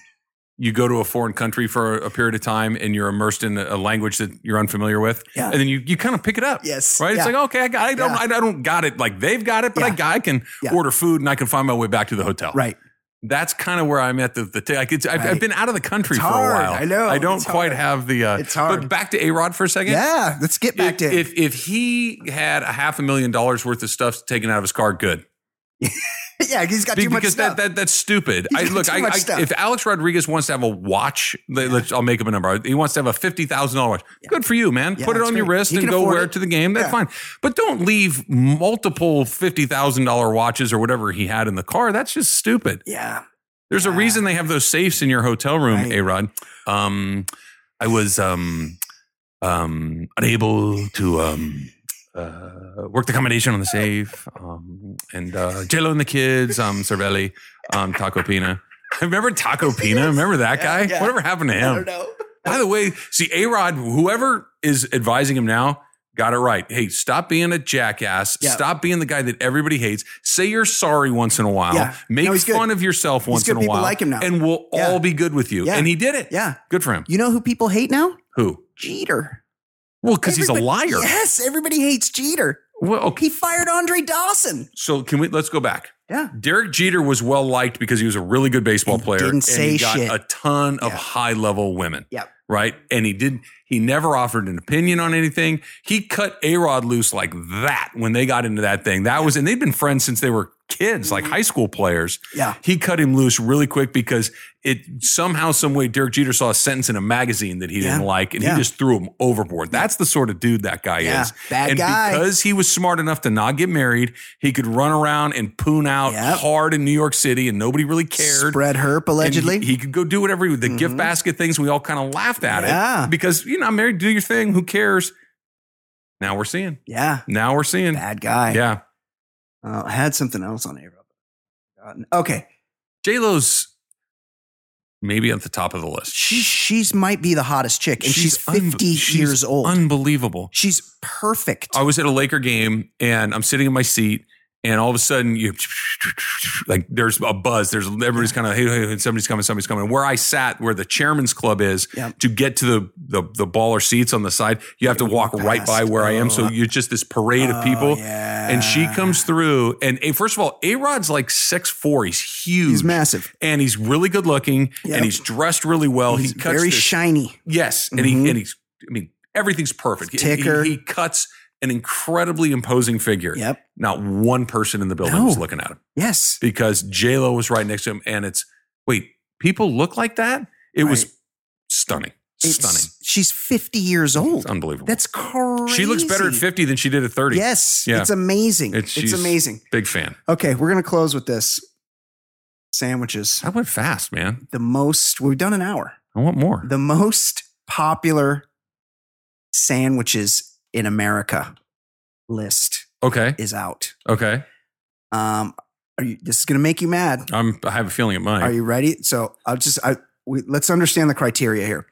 you go to a foreign country for a period of time and you're immersed in a language that you're unfamiliar with, Yeah. and then you, you kind of pick it up. Yes. Right? Yeah. It's like, okay, I, got, I, don't, Yeah. I don't got it like they've got it, but I, Yeah. got, I can Yeah. order food and I can find my way back to the hotel. Right. That's kind of where I'm at. The, the t- like it's, I've, I've Right. been out of the country It's for hard. a while. I know. I don't It's quite hard. have the. Uh, It's hard. But back to A Rod for a second. Yeah. Let's get back if, to if if he had a half a million dollars worth of stuff taken out of his car, good. yeah. He's got Be- too much because stuff. that, that that's stupid. I He's got look, too I, much I- stuff. if Alex Rodriguez wants to have a watch, let- let's, I'll make up a number. He wants to have a fifty thousand dollar watch. Yeah. Good for you, man. Yeah, Put it that's on your great. wrist He and can go afford wear it. it to the game. That's Yeah. fine. But don't leave multiple fifty thousand dollar watches or whatever he had in the car. That's just stupid. yeah. There's a Yeah. reason they have those safes in your hotel room, Right. A Rod. Um, I was um, um, unable to um, uh, work the combination on the safe, um, and uh, JLo and the kids, um, Cervelli, um, Taco Pina. Remember Taco Pina? Remember that guy? yeah. Whatever happened to I don't him? know. By the way, see, A Rod, whoever is advising him now, Got it right. Hey, stop being a jackass. Yeah. Stop being the guy that everybody hates. Say you're sorry once in a while. Yeah. Make No, he's good. fun of yourself once good. in a People while. like him now. And we'll Yeah. all be good with you. Yeah. And he did it. Yeah. Good for him. You know who people hate now? Who? Jeter. Well, because he's a Everybody- liar. Yes, everybody hates Jeter. Well, okay. He fired Andre Dawson. So can we let's go back. Yeah. Derek Jeter was well liked because he was a really good baseball player. didn't and say he got shit. a ton of Yeah. high level women. Yep. Right. And he did he never offered an opinion on anything. He cut A Rod loose like that when they got into that thing. That was and they'd been friends since they were kids, like high school players. Yeah. He cut him loose really quick because it somehow, some way Derek Jeter saw a sentence in a magazine that he Yeah. didn't like and Yeah. he just threw him overboard. That's the sort of dude that guy Yeah. is. Bad and guy. because he was smart enough to not get married, he could run around and poon out Yep. hard in New York City and nobody really cared. Spread herp And he- allegedly. Mm-hmm. He, could go do whatever he would. The gift basket things, we all kind of laughed at Yeah. it because you're not married, do your thing, who cares? Now we're seeing. yeah. Now we're seeing. Bad guy. Yeah. Uh, I had something else on Arrow. Okay. J Lo's maybe at the top of the list. She she's might be the hottest chick, and she's, unbe- 50 she's years old. Unbelievable. she's perfect. I was at a Laker game and I'm sitting in my seat and all of a sudden you like there's a buzz. There's everybody's kind of hey, hey, hey, somebody's coming, somebody's coming. Where I sat, where the chairman's club is, Yeah. to get to the, the the baller seats on the side, you have to walk right by where I am. So Oh. you're just this parade of people. Oh, yeah. And she comes through, and eh, first of all, A Rod's like six four. He's huge, He's massive. and he's really good looking, Yep. and he's dressed really well. He's he cuts very this shiny. Yes, and Mhm. he and he's. I mean, everything's perfect. He- Ticker. He, he cuts an incredibly imposing figure. Yep. Not one person in the building No. was looking at him Yes. because J Lo was right next to him, and it's wait, people look like that. It Right. was stunning, It's- stunning, She's 50 years It's old. unbelievable. That's crazy. she looks better at fifty than she did at thirty. Yes. Yeah. It's amazing. It's- It's, she's- amazing. Big fan. Okay. We're going to close with this sandwiches. That went fast, man. The most, we've done an hour. I want more. The most popular sandwiches in America list Okay, is out. okay. Um, are you, this is going to make you mad. I'm. I have a feeling it might. Are you ready? So I'll just I we, let's understand the criteria here.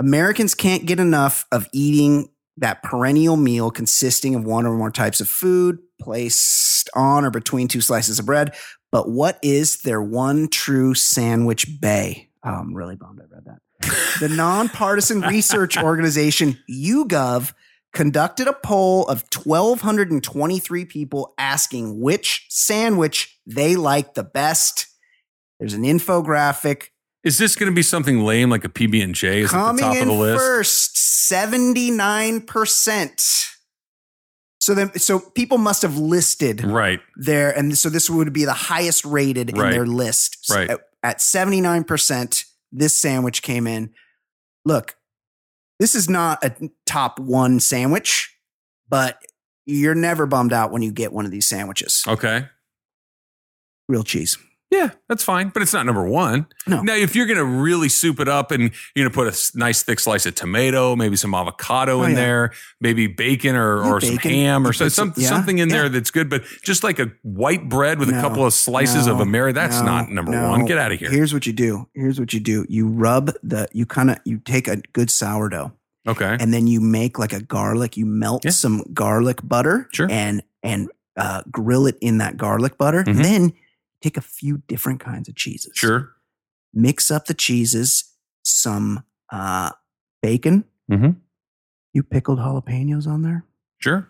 Americans can't get enough of eating that perennial meal consisting of one or more types of food placed on or between two slices of bread. But what is their one true sandwich bay? Oh, I'm really bummed I read that. The nonpartisan research organization YouGov conducted a poll of 1,223 people asking which sandwich they like the best. There's an infographic Is this going to be something lame like a PB and J? Is at the coming top in of the list. first, 79%. So then, so people must have listed Right. there, and so this would be the highest rated in Right. their list. So Right. At, at 79%, this sandwich came in. Look, this is not a top one sandwich, but you're never bummed out when you get one of these sandwiches. Okay. Real cheese. Yeah, that's fine, but it's not number one. No. Now, if you're going to really soup it up and you're going to put a s- nice thick slice of tomato, maybe some avocado Oh, in yeah. there, maybe bacon or, Yeah, or some bacon. ham You or so, put some- some, yeah, something in yeah. there that's good, but just like a white bread with No, a couple of slices of no, Ameri, that's no, not number no. one. Get out of here. Here's what you do. Here's what you do. You rub the, you kind of, you take a good sourdough. okay. and then you make like a garlic. You melt Yeah. some garlic butter, Sure. and and uh, grill it in that garlic butter. Mhm. And then take a few different kinds of cheeses. sure. mix up the cheeses, some uh, bacon, Mhm. you pickled jalapenos on there. Sure.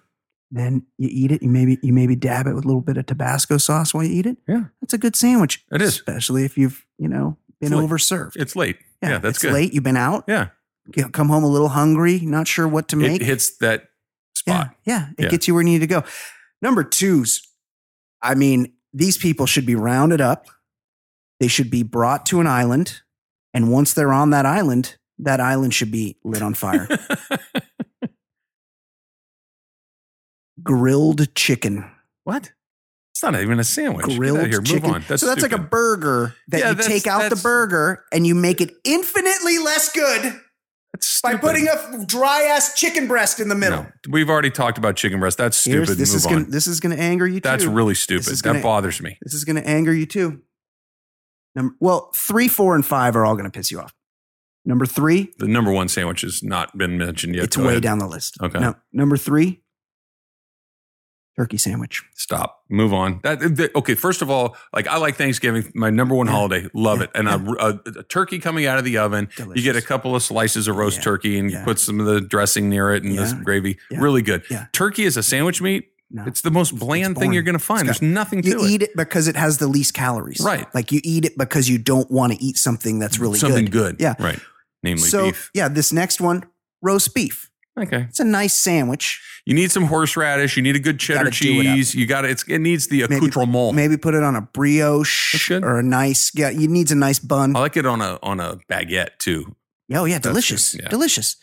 Then you eat it. You maybe you maybe dab it with a little bit of Tabasco sauce while you eat it. Yeah. that's a good sandwich. It is. especially if you've you know It's been like- overserved. It's late. Yeah, that's it's good. late. You've been out. Yeah. You know, come home a little hungry, not sure what to make. It hits that spot. Yeah, yeah. it Yeah. gets you where you need to go. Number twos, I mean, these people should be rounded up. They should be brought to an island, and once they're on that island, that island should be lit on fire. Grilled chicken. what? It's not even a sandwich. Get out of Grilled here. chicken. Move on. That's so that's like a stupid. burger that Yeah, you that's- take out the that's- burger and you make it infinitely less good That's by stupid. putting a dry ass chicken breast in the middle. No, we've already talked about chicken breast. That's Here's- stupid. this Move is on. gonna this is gonna anger you That's too. really stupid. This is That gonna- bothers me. This is going to anger you too. Number well, three, four, and five are all going to piss you off. Number three, The number one sandwich has not been mentioned yet. it's Go way ahead. down the list. Okay. No, number three, turkey sandwich. Stop. Move on. That, that- okay. First of all, like I like Thanksgiving, my number one Yeah. holiday. Love Yeah. it. And a, a, a turkey coming out of the oven. Delicious. You get a couple of slices of roast Yeah. turkey and you Yeah. put some of the dressing near it and Yeah. this gravy. Yeah. Really good. Yeah. Turkey is a sandwich meat. No. It's the most bland thing boring. you're going to find. It's There's nothing to you it. eat it because it has the least calories. Right. Like you eat it because you don't want to eat something that's really Something good. good. Yeah. Right. Namely so beef. yeah, this next one, roast beef. Okay. It's a nice sandwich. You need some horseradish. You need a good cheddar Gotta do it up. cheese. You got to, it needs the Maybe- accoutrement. Maybe put it on a Oh. That's brioche good. or a nice yeah, you needs a nice bun. I like it on a, on a baguette too. oh yeah, that's delicious. good, yeah. Delicious.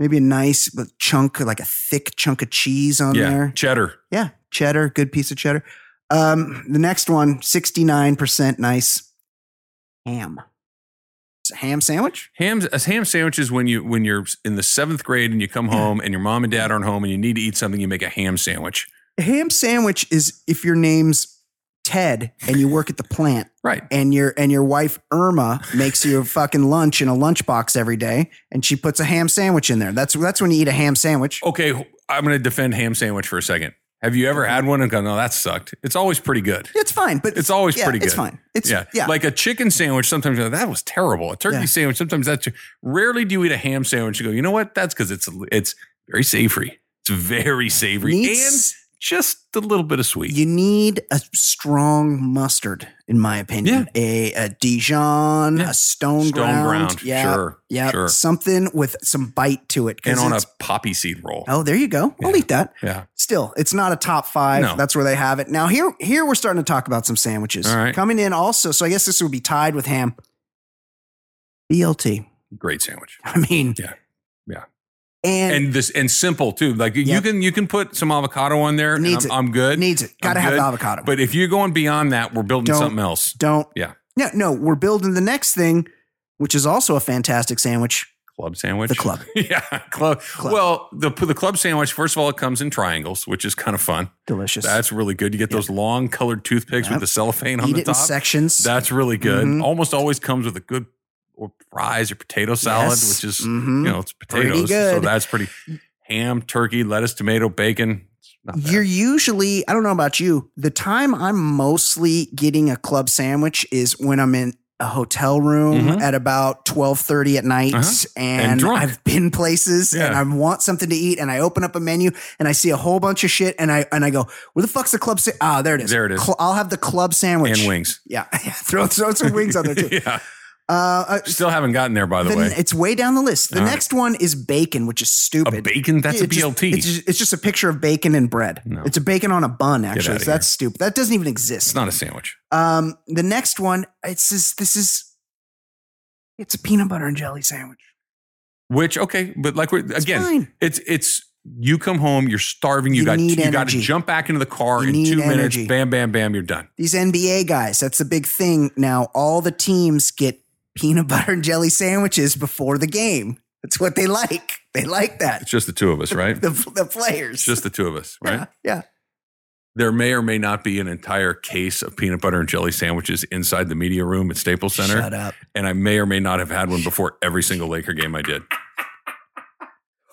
Maybe a nice chunk, like a thick chunk of cheese on yeah. there. Cheddar. Yeah, cheddar, good piece of cheddar. Um, the next one, 69% nice ham. It's a ham sandwich? Hams, a ham sandwich is when you when you're in the seventh grade and you come home and your mom and dad aren't home and you need to eat something. You make a ham sandwich, A ham sandwich is if your name's Ted and you work at the plant right? and your and your wife Irma makes you a fucking lunch in a lunchbox every day and she puts a ham sandwich in there. That's that's when you eat a ham sandwich. Okay, I'm going to defend ham sandwich for a second. Have you ever had one and gone, "No, that sucked"? It's always pretty good. It's fine, but It's always yeah, pretty good. It's fine. It's yeah. yeah. yeah. like a chicken sandwich. Sometimes you're like, that was terrible. A turkey Yeah. sandwich. Sometimes that's. Rarely do you eat a ham sandwich. You go, you know what? That's because it's it's very savory. It's very savory and Needs- just a little bit of sweet. You need a strong mustard, in my opinion. A, a Dijon, Yeah. a stone, Stone ground. ground, Yeah. sure, Yeah. sure. Something with some bite to it. 'cause and on a it's- poppy seed roll. Oh, there you go. I'll Yeah. eat that. Yeah. Still, it's not a top five. No. That's where they have it. Now here, here we're starting to talk about some sandwiches. All right. Coming in also, so I guess this would be tied with ham. BLT. Great sandwich. I mean. Yeah. Yeah. And, and this and simple too. Like you Yep. can you can put some avocado on there. and Needs I'm, it. I'm good. needs it. Gotta have good, the avocado. but if you're going beyond that, we're building Don't- something else. don't Yeah. No, no, we're building the next thing, which is also a fantastic sandwich. Club sandwich. The club. yeah. Club. Well, the the club sandwich. First of all, it comes in triangles, which is kind of fun. Delicious. That's really good. You get those long colored toothpicks Yep. with the cellophane on Eat the it in top. sections. That's really good. Mhm. Almost always comes with a good or fries or potato salad, Yes. which is Mhm. you know it's Pretty potatoes, so good. that's pretty. Ham, turkey, lettuce, tomato, bacon. It's not bad. You're usually, I don't know about you, the time I'm mostly getting a club sandwich is when I'm in a hotel room Mhm. at about 12:30 at night Uh-huh. And and, drunk. I've been places and Yeah. I want something to eat and I open up a menu and I see a whole bunch of shit and I and I go, "Where the fuck's the club sa- Ah, there it is. There it is. Cl- I'll have the club sandwich. and wings. Yeah. yeah. Throw, throw some wings on there too. yeah. Uh, uh, Still haven't gotten there, by the, the- way. it's way down the list. The All right. next one is bacon, which is A stupid. bacon? That's a It just- BLT. it's, just, it's just a picture of bacon and bread. No. It's a bacon on a bun, outta actually. So here. that's stupid. That doesn't even it's exist. not a sandwich. Um, the next one, it's just, this is it's a peanut butter and jelly sandwich. Which okay, but like we're again, fine. it's it's you come home, you're starving, you, You got need you got to energy. jump back into the car You in need two energy. minutes, bam, bam, bam, you're done. These NBA guys, that's the big thing now. All the teams get peanut butter and jelly sandwiches before the game. That's what they like. They like that. It's just the two of us, right? The, the players. it's just the two of us, right? yeah. There may or may not be an entire case of peanut butter and jelly sandwiches inside the media room at Staples Center, Shut up. and I may or may not have had one before every single Laker game I did.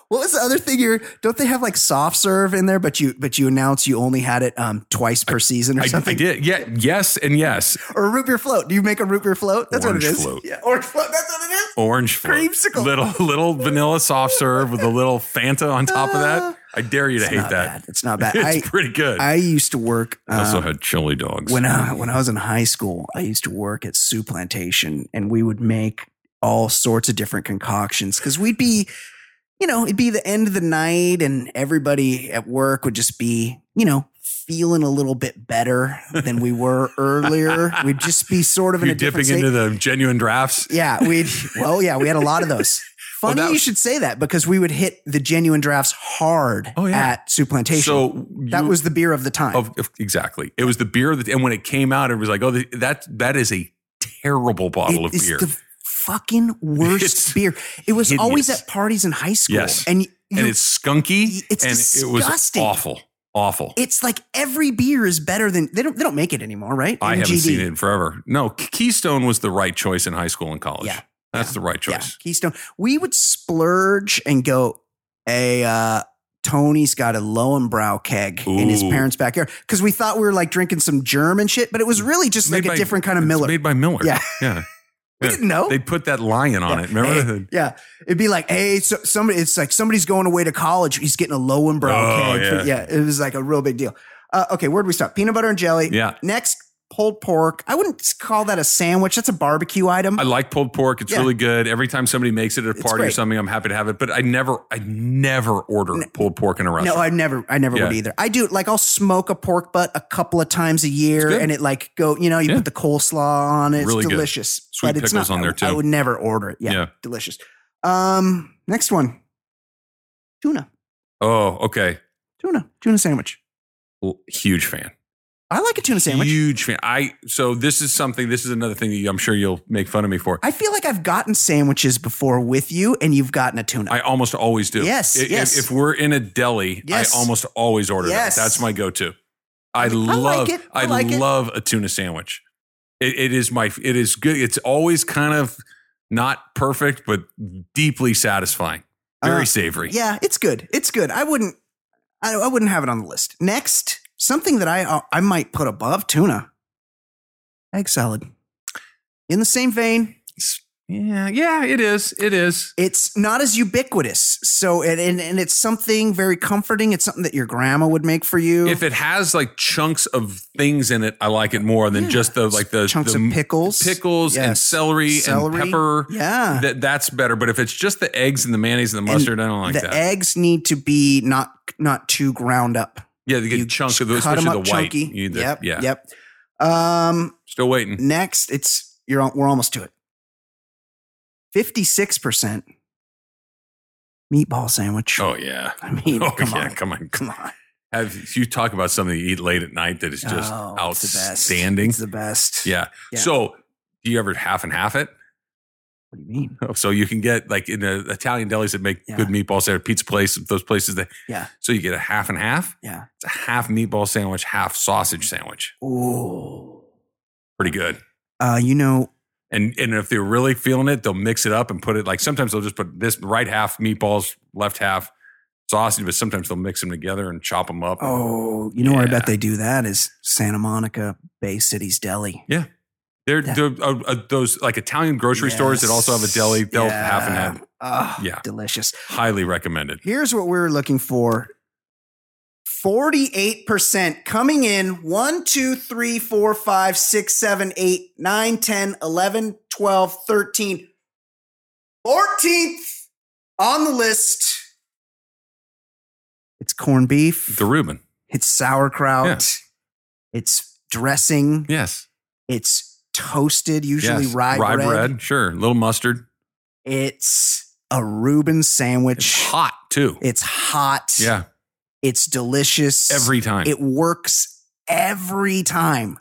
What was the other thing you're? Don't they have like soft serve in there? But you but you announce you only had it um twice per season I, or I something. did, yeah, yes, and yes, Or a root beer float. Do you make a root beer float? That's Orange what it is. float. Yeah, orange float. That's what it is. orange float. Creamsicle. little little vanilla soft serve with a little Fanta on top of that. I dare you to Ah. It's hate not that. bad. It's not bad. I It's pretty good. I, I used to work. also Um, had chili dogs. when I, when I was in high school, I used to work at Sioux Plantation, and we would make all sorts of different concoctions because we'd be, you know, it'd be the end of the night, and everybody at work would just be, you know, feeling a little bit better than we were earlier. We'd just be sort of in you a different dipping state. into the genuine drafts. yeah, we'd well, yeah, we had a lot of those. Well, Funny that- you should say that because we would hit the genuine drafts hard Oh, yeah. at Sioux Plantation. So that you- was the beer of the time. of, of- exactly. It was the beer that, and when it came out, it was like, oh, th- that that is a terrible bottle It of is beer. the fucking worst It's beer. It was always hideous. at parties in high school. Yes. And, and you- it's skunky. it's and it was disgusting. awful, awful. it's like every beer is better than they don't they don't make it anymore, right? I haven't MGD. seen it in forever. No, K- Keystone was the right choice in high school and college. Yeah. That's the right Yeah, choice. Keystone. We would splurge and go a uh, Tony's got a Lowenbrow keg in his Ooh. parents' backyard because we thought we were like drinking some German shit, but it was really just Made like a by- different kind of It's Miller. made by Miller. Yeah. yeah. we didn't know. They put that lion on Yeah. it. Remember? Hey, yeah, it'd be like, hey, so somebody, it's like somebody's going away to college. He's getting a Lowenbrow Oh, keg. Yeah. it was like a real big deal. Uh, okay, where do we stop? Peanut butter and jelly. Yeah. Next, pulled pork. I wouldn't call that a sandwich. That's a barbecue item. I like pulled pork. It's Yeah. really good. Every time somebody makes it at a It's party or great. something, I'm happy to have it. But I never, I never order pulled pork in a No, restaurant. I never, I never would Yeah. either. I do like I'll smoke a pork butt a couple of times a year, It's good. and it like go, you know, you Yeah. put the coleslaw on it. It's Really good. delicious. Sweet but it's pickles not, on there, I- I too. would never order it. Yeah, Yeah. delicious. Um, next one, tuna, oh, okay. tuna, tuna sandwich. L- Huge fan. I like a tuna sandwich. Huge fan. I so this is something. This is another thing that you- I'm sure you'll make fun of me for. I feel like I've gotten sandwiches before with you, and you've gotten a tuna. I almost always do. Yes, I- If, yes. If we're in a deli, Yes. I almost always order Yes. that. That's my go-to. I, like love. it. I I, like it. love a tuna sandwich. It, it is my. It is good. It's always kind of not perfect, but deeply satisfying. Very Uh, savory. yeah, it's good. It's good. I wouldn't, I, I wouldn't have it on the list. Next, something that I uh, I might put above tuna, egg salad. In the same vein, Yeah, yeah, it is. It is. it's not as ubiquitous. So, and, and, and it's something very comforting. It's something that your grandma would make for you. If it has like chunks of things in it, I like it more than Yeah. just the like the chunks the of pickles, pickles and Yes. celery, Celery. and pepper. yeah, That that's better. But if it's just the eggs and the mayonnaise and the And mustard, I don't like the that. eggs need to be not not too ground up. yeah, the You good chunk of those, cut 'em especially the up white. chunky. You either- Yep. Yeah. Yep. Um, Still waiting. next, it's you're on, we're almost to it. Fifty six percent meatball sandwich. Oh yeah. I mean, oh come yeah. on, Come on. come on. Have you talk about something you eat late at night that is just Oh, it's the best. outstanding? It's the best. yeah. Yeah. So do you ever half and half it? What do you mean? So you can get like in the Italian delis that make Yeah. good meatballs there, pizza place, those places that Yeah. So you get a half and half. Yeah. It's a half meatball sandwich, half sausage sandwich. Ooh. Pretty good. Uh, you know, And and if they're really feeling it, they'll mix it up and put it like sometimes they'll just put this right half meatballs, left half sausage, but sometimes they'll mix them together and chop them up. oh, you know where I Yeah. bet they do that is Santa Monica Bay City's Deli. They're, Yeah. they're uh, uh, those like Italian grocery stores that also have a deli. They'll half and half. half. Oh, Yeah. delicious. Highly recommended. Here's what we were looking for. 48% coming in 1, 2, 3, 4, 5, 6, 7, 8, 9, 10, 11, 12, 13, 14th on the list. It's corned beef. The Reuben. It's sauerkraut. It's dressing. Yes. It's toasted, usually yes. rye, bread. Sure. A little mustard. It's a Reuben It's sandwich. hot too. It's hot. Yeah. It's delicious. Every time. it works every time.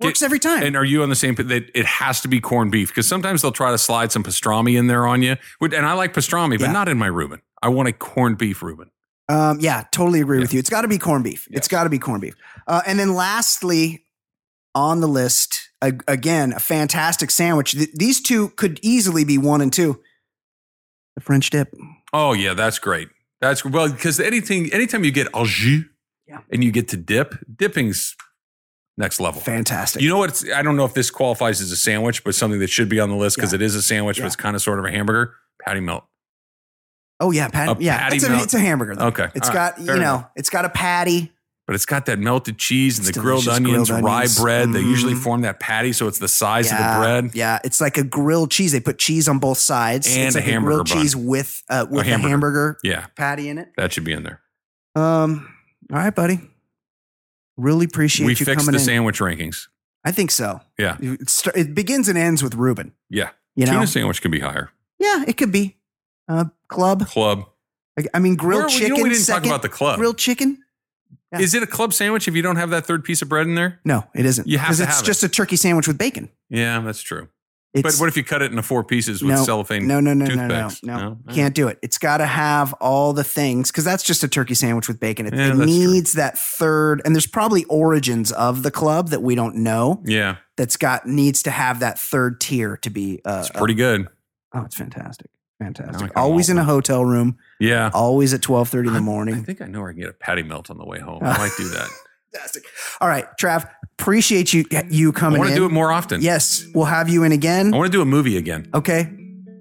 Get- Works every time. And are you on the same? That it has to be corned beef because sometimes they'll try to slide some pastrami in there on you. Would- And I like pastrami, but Yeah. not in my Reuben. I want a corned beef Reuben. um, yeah, totally agree Yeah. with you. It's got to be corned beef. It's Yes. got to be corned beef. Uh, and then lastly, on the list a- again, a fantastic sandwich. Th- these two could easily be one and two. The French dip. Oh yeah, that's great. That's well because anything, anytime you get au jus, Yeah. and you get to dip, dipping's next level. Fantastic. You know what's I don't know if this qualifies as a sandwich, but something that should be on the list because Yeah. it is a sandwich, Yeah. but it's kind of sort of a hamburger. Patty melt. oh yeah, pat- A yeah. patty it's, a, melt. it's a hamburger though. Okay. It's All right. got you Fair know, enough. it's got a patty. But it's got that melted cheese and It's the grilled delicious onions, grilled onions. rye bread. They usually Mhm. form that patty, so it's the size yeah, of the bread. Yeah, it's like a grilled cheese. They put cheese on both sides. And it's a like hamburger grilled bun. cheese with uh, with a hamburger. hamburger. Yeah, patty in it. that should be in there. Um, all right, buddy. Really appreciate we you fixed coming the in. sandwich rankings. I think so. Yeah. It, st- it begins and ends with Ruben. Yeah. You know? Tuna sandwich could be higher. Yeah, it could be. Uh, club. Club. I, I mean, grilled Where- you know, chicken. we didn't second, talk about the club. grilled chicken. yeah. Is it a club sandwich if you don't have that third piece of bread in there? No, it isn't. You have 'Cause to it's have it. just a turkey sandwich with bacon. Yeah, that's true. It's, but what if you cut it into four pieces with no, cellophane? no, no, no, no, no, toothpicks? no, No? Can't do it. It's got to have all the things because that's just a turkey sandwich with bacon. It, Yeah, it that's true. needs that third, and there's probably origins of the club that we don't know. Yeah, that's got needs to have that third tier to be uh, it's pretty good. Oh, it's fantastic. Now I Fantastic. kinda Always in want a hotel room, Yeah. always at 12:30 in the I uh, morning. Uh, think I know where I can get a patty melt on the way home. I might do that. Fantastic. All right, Trav, appreciate you you I coming want to in. do it more often. yes, we'll have you in again. I want to do a movie again. Okay.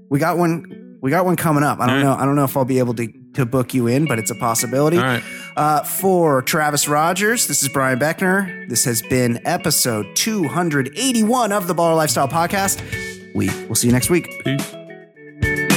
We got one we got one coming up. I don't All right. know I don't know if I'll be able to to book you in, but it's a possibility. All right. Uh, for Travis Rogers, this is Brian Beckner. This has been episode 281 of the Baller Lifestyle Podcast. We will see you next week. Peace.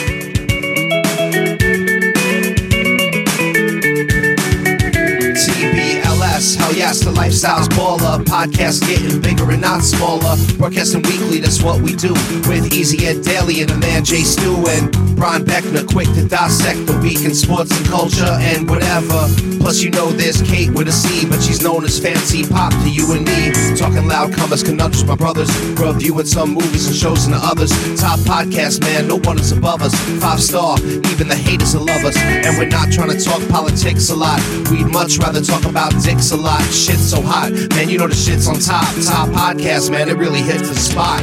TBLS, hell yes, the lifestyle's baller. Podcast getting bigger and not smaller. Broadcasting weekly, that's what we do. With Easy Ed Daily and the man Jay Stu and Brian Beckner, quick to dissect the week in sports and culture and whatever. Plus, you know there's Kate with a C, but she's known as Fancy Pop to you and me. Talking loud, comers, conundrums, my brothers. Reviewing some movies and shows and the others. Top podcast, man, no one is above us. Five star, even the haters will love us. And we're not trying to talk politics a lot. We'd much rather talk about dicks a lot. Shit's so hot, man, you know the shit's on top. Top podcast, man, it really hits the spot.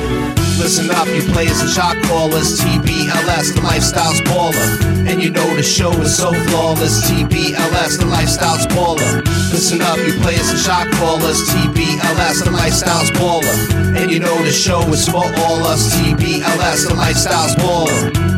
Listen up, you players and shot callers. TBLS, the lifestyle's baller. And you know the show is so flawless. TBLS, the lifestyle's baller. Listen up, you players and shot callers. TBLS, the lifestyle's baller. And you know the show is for all us. TBLS, the lifestyle's baller.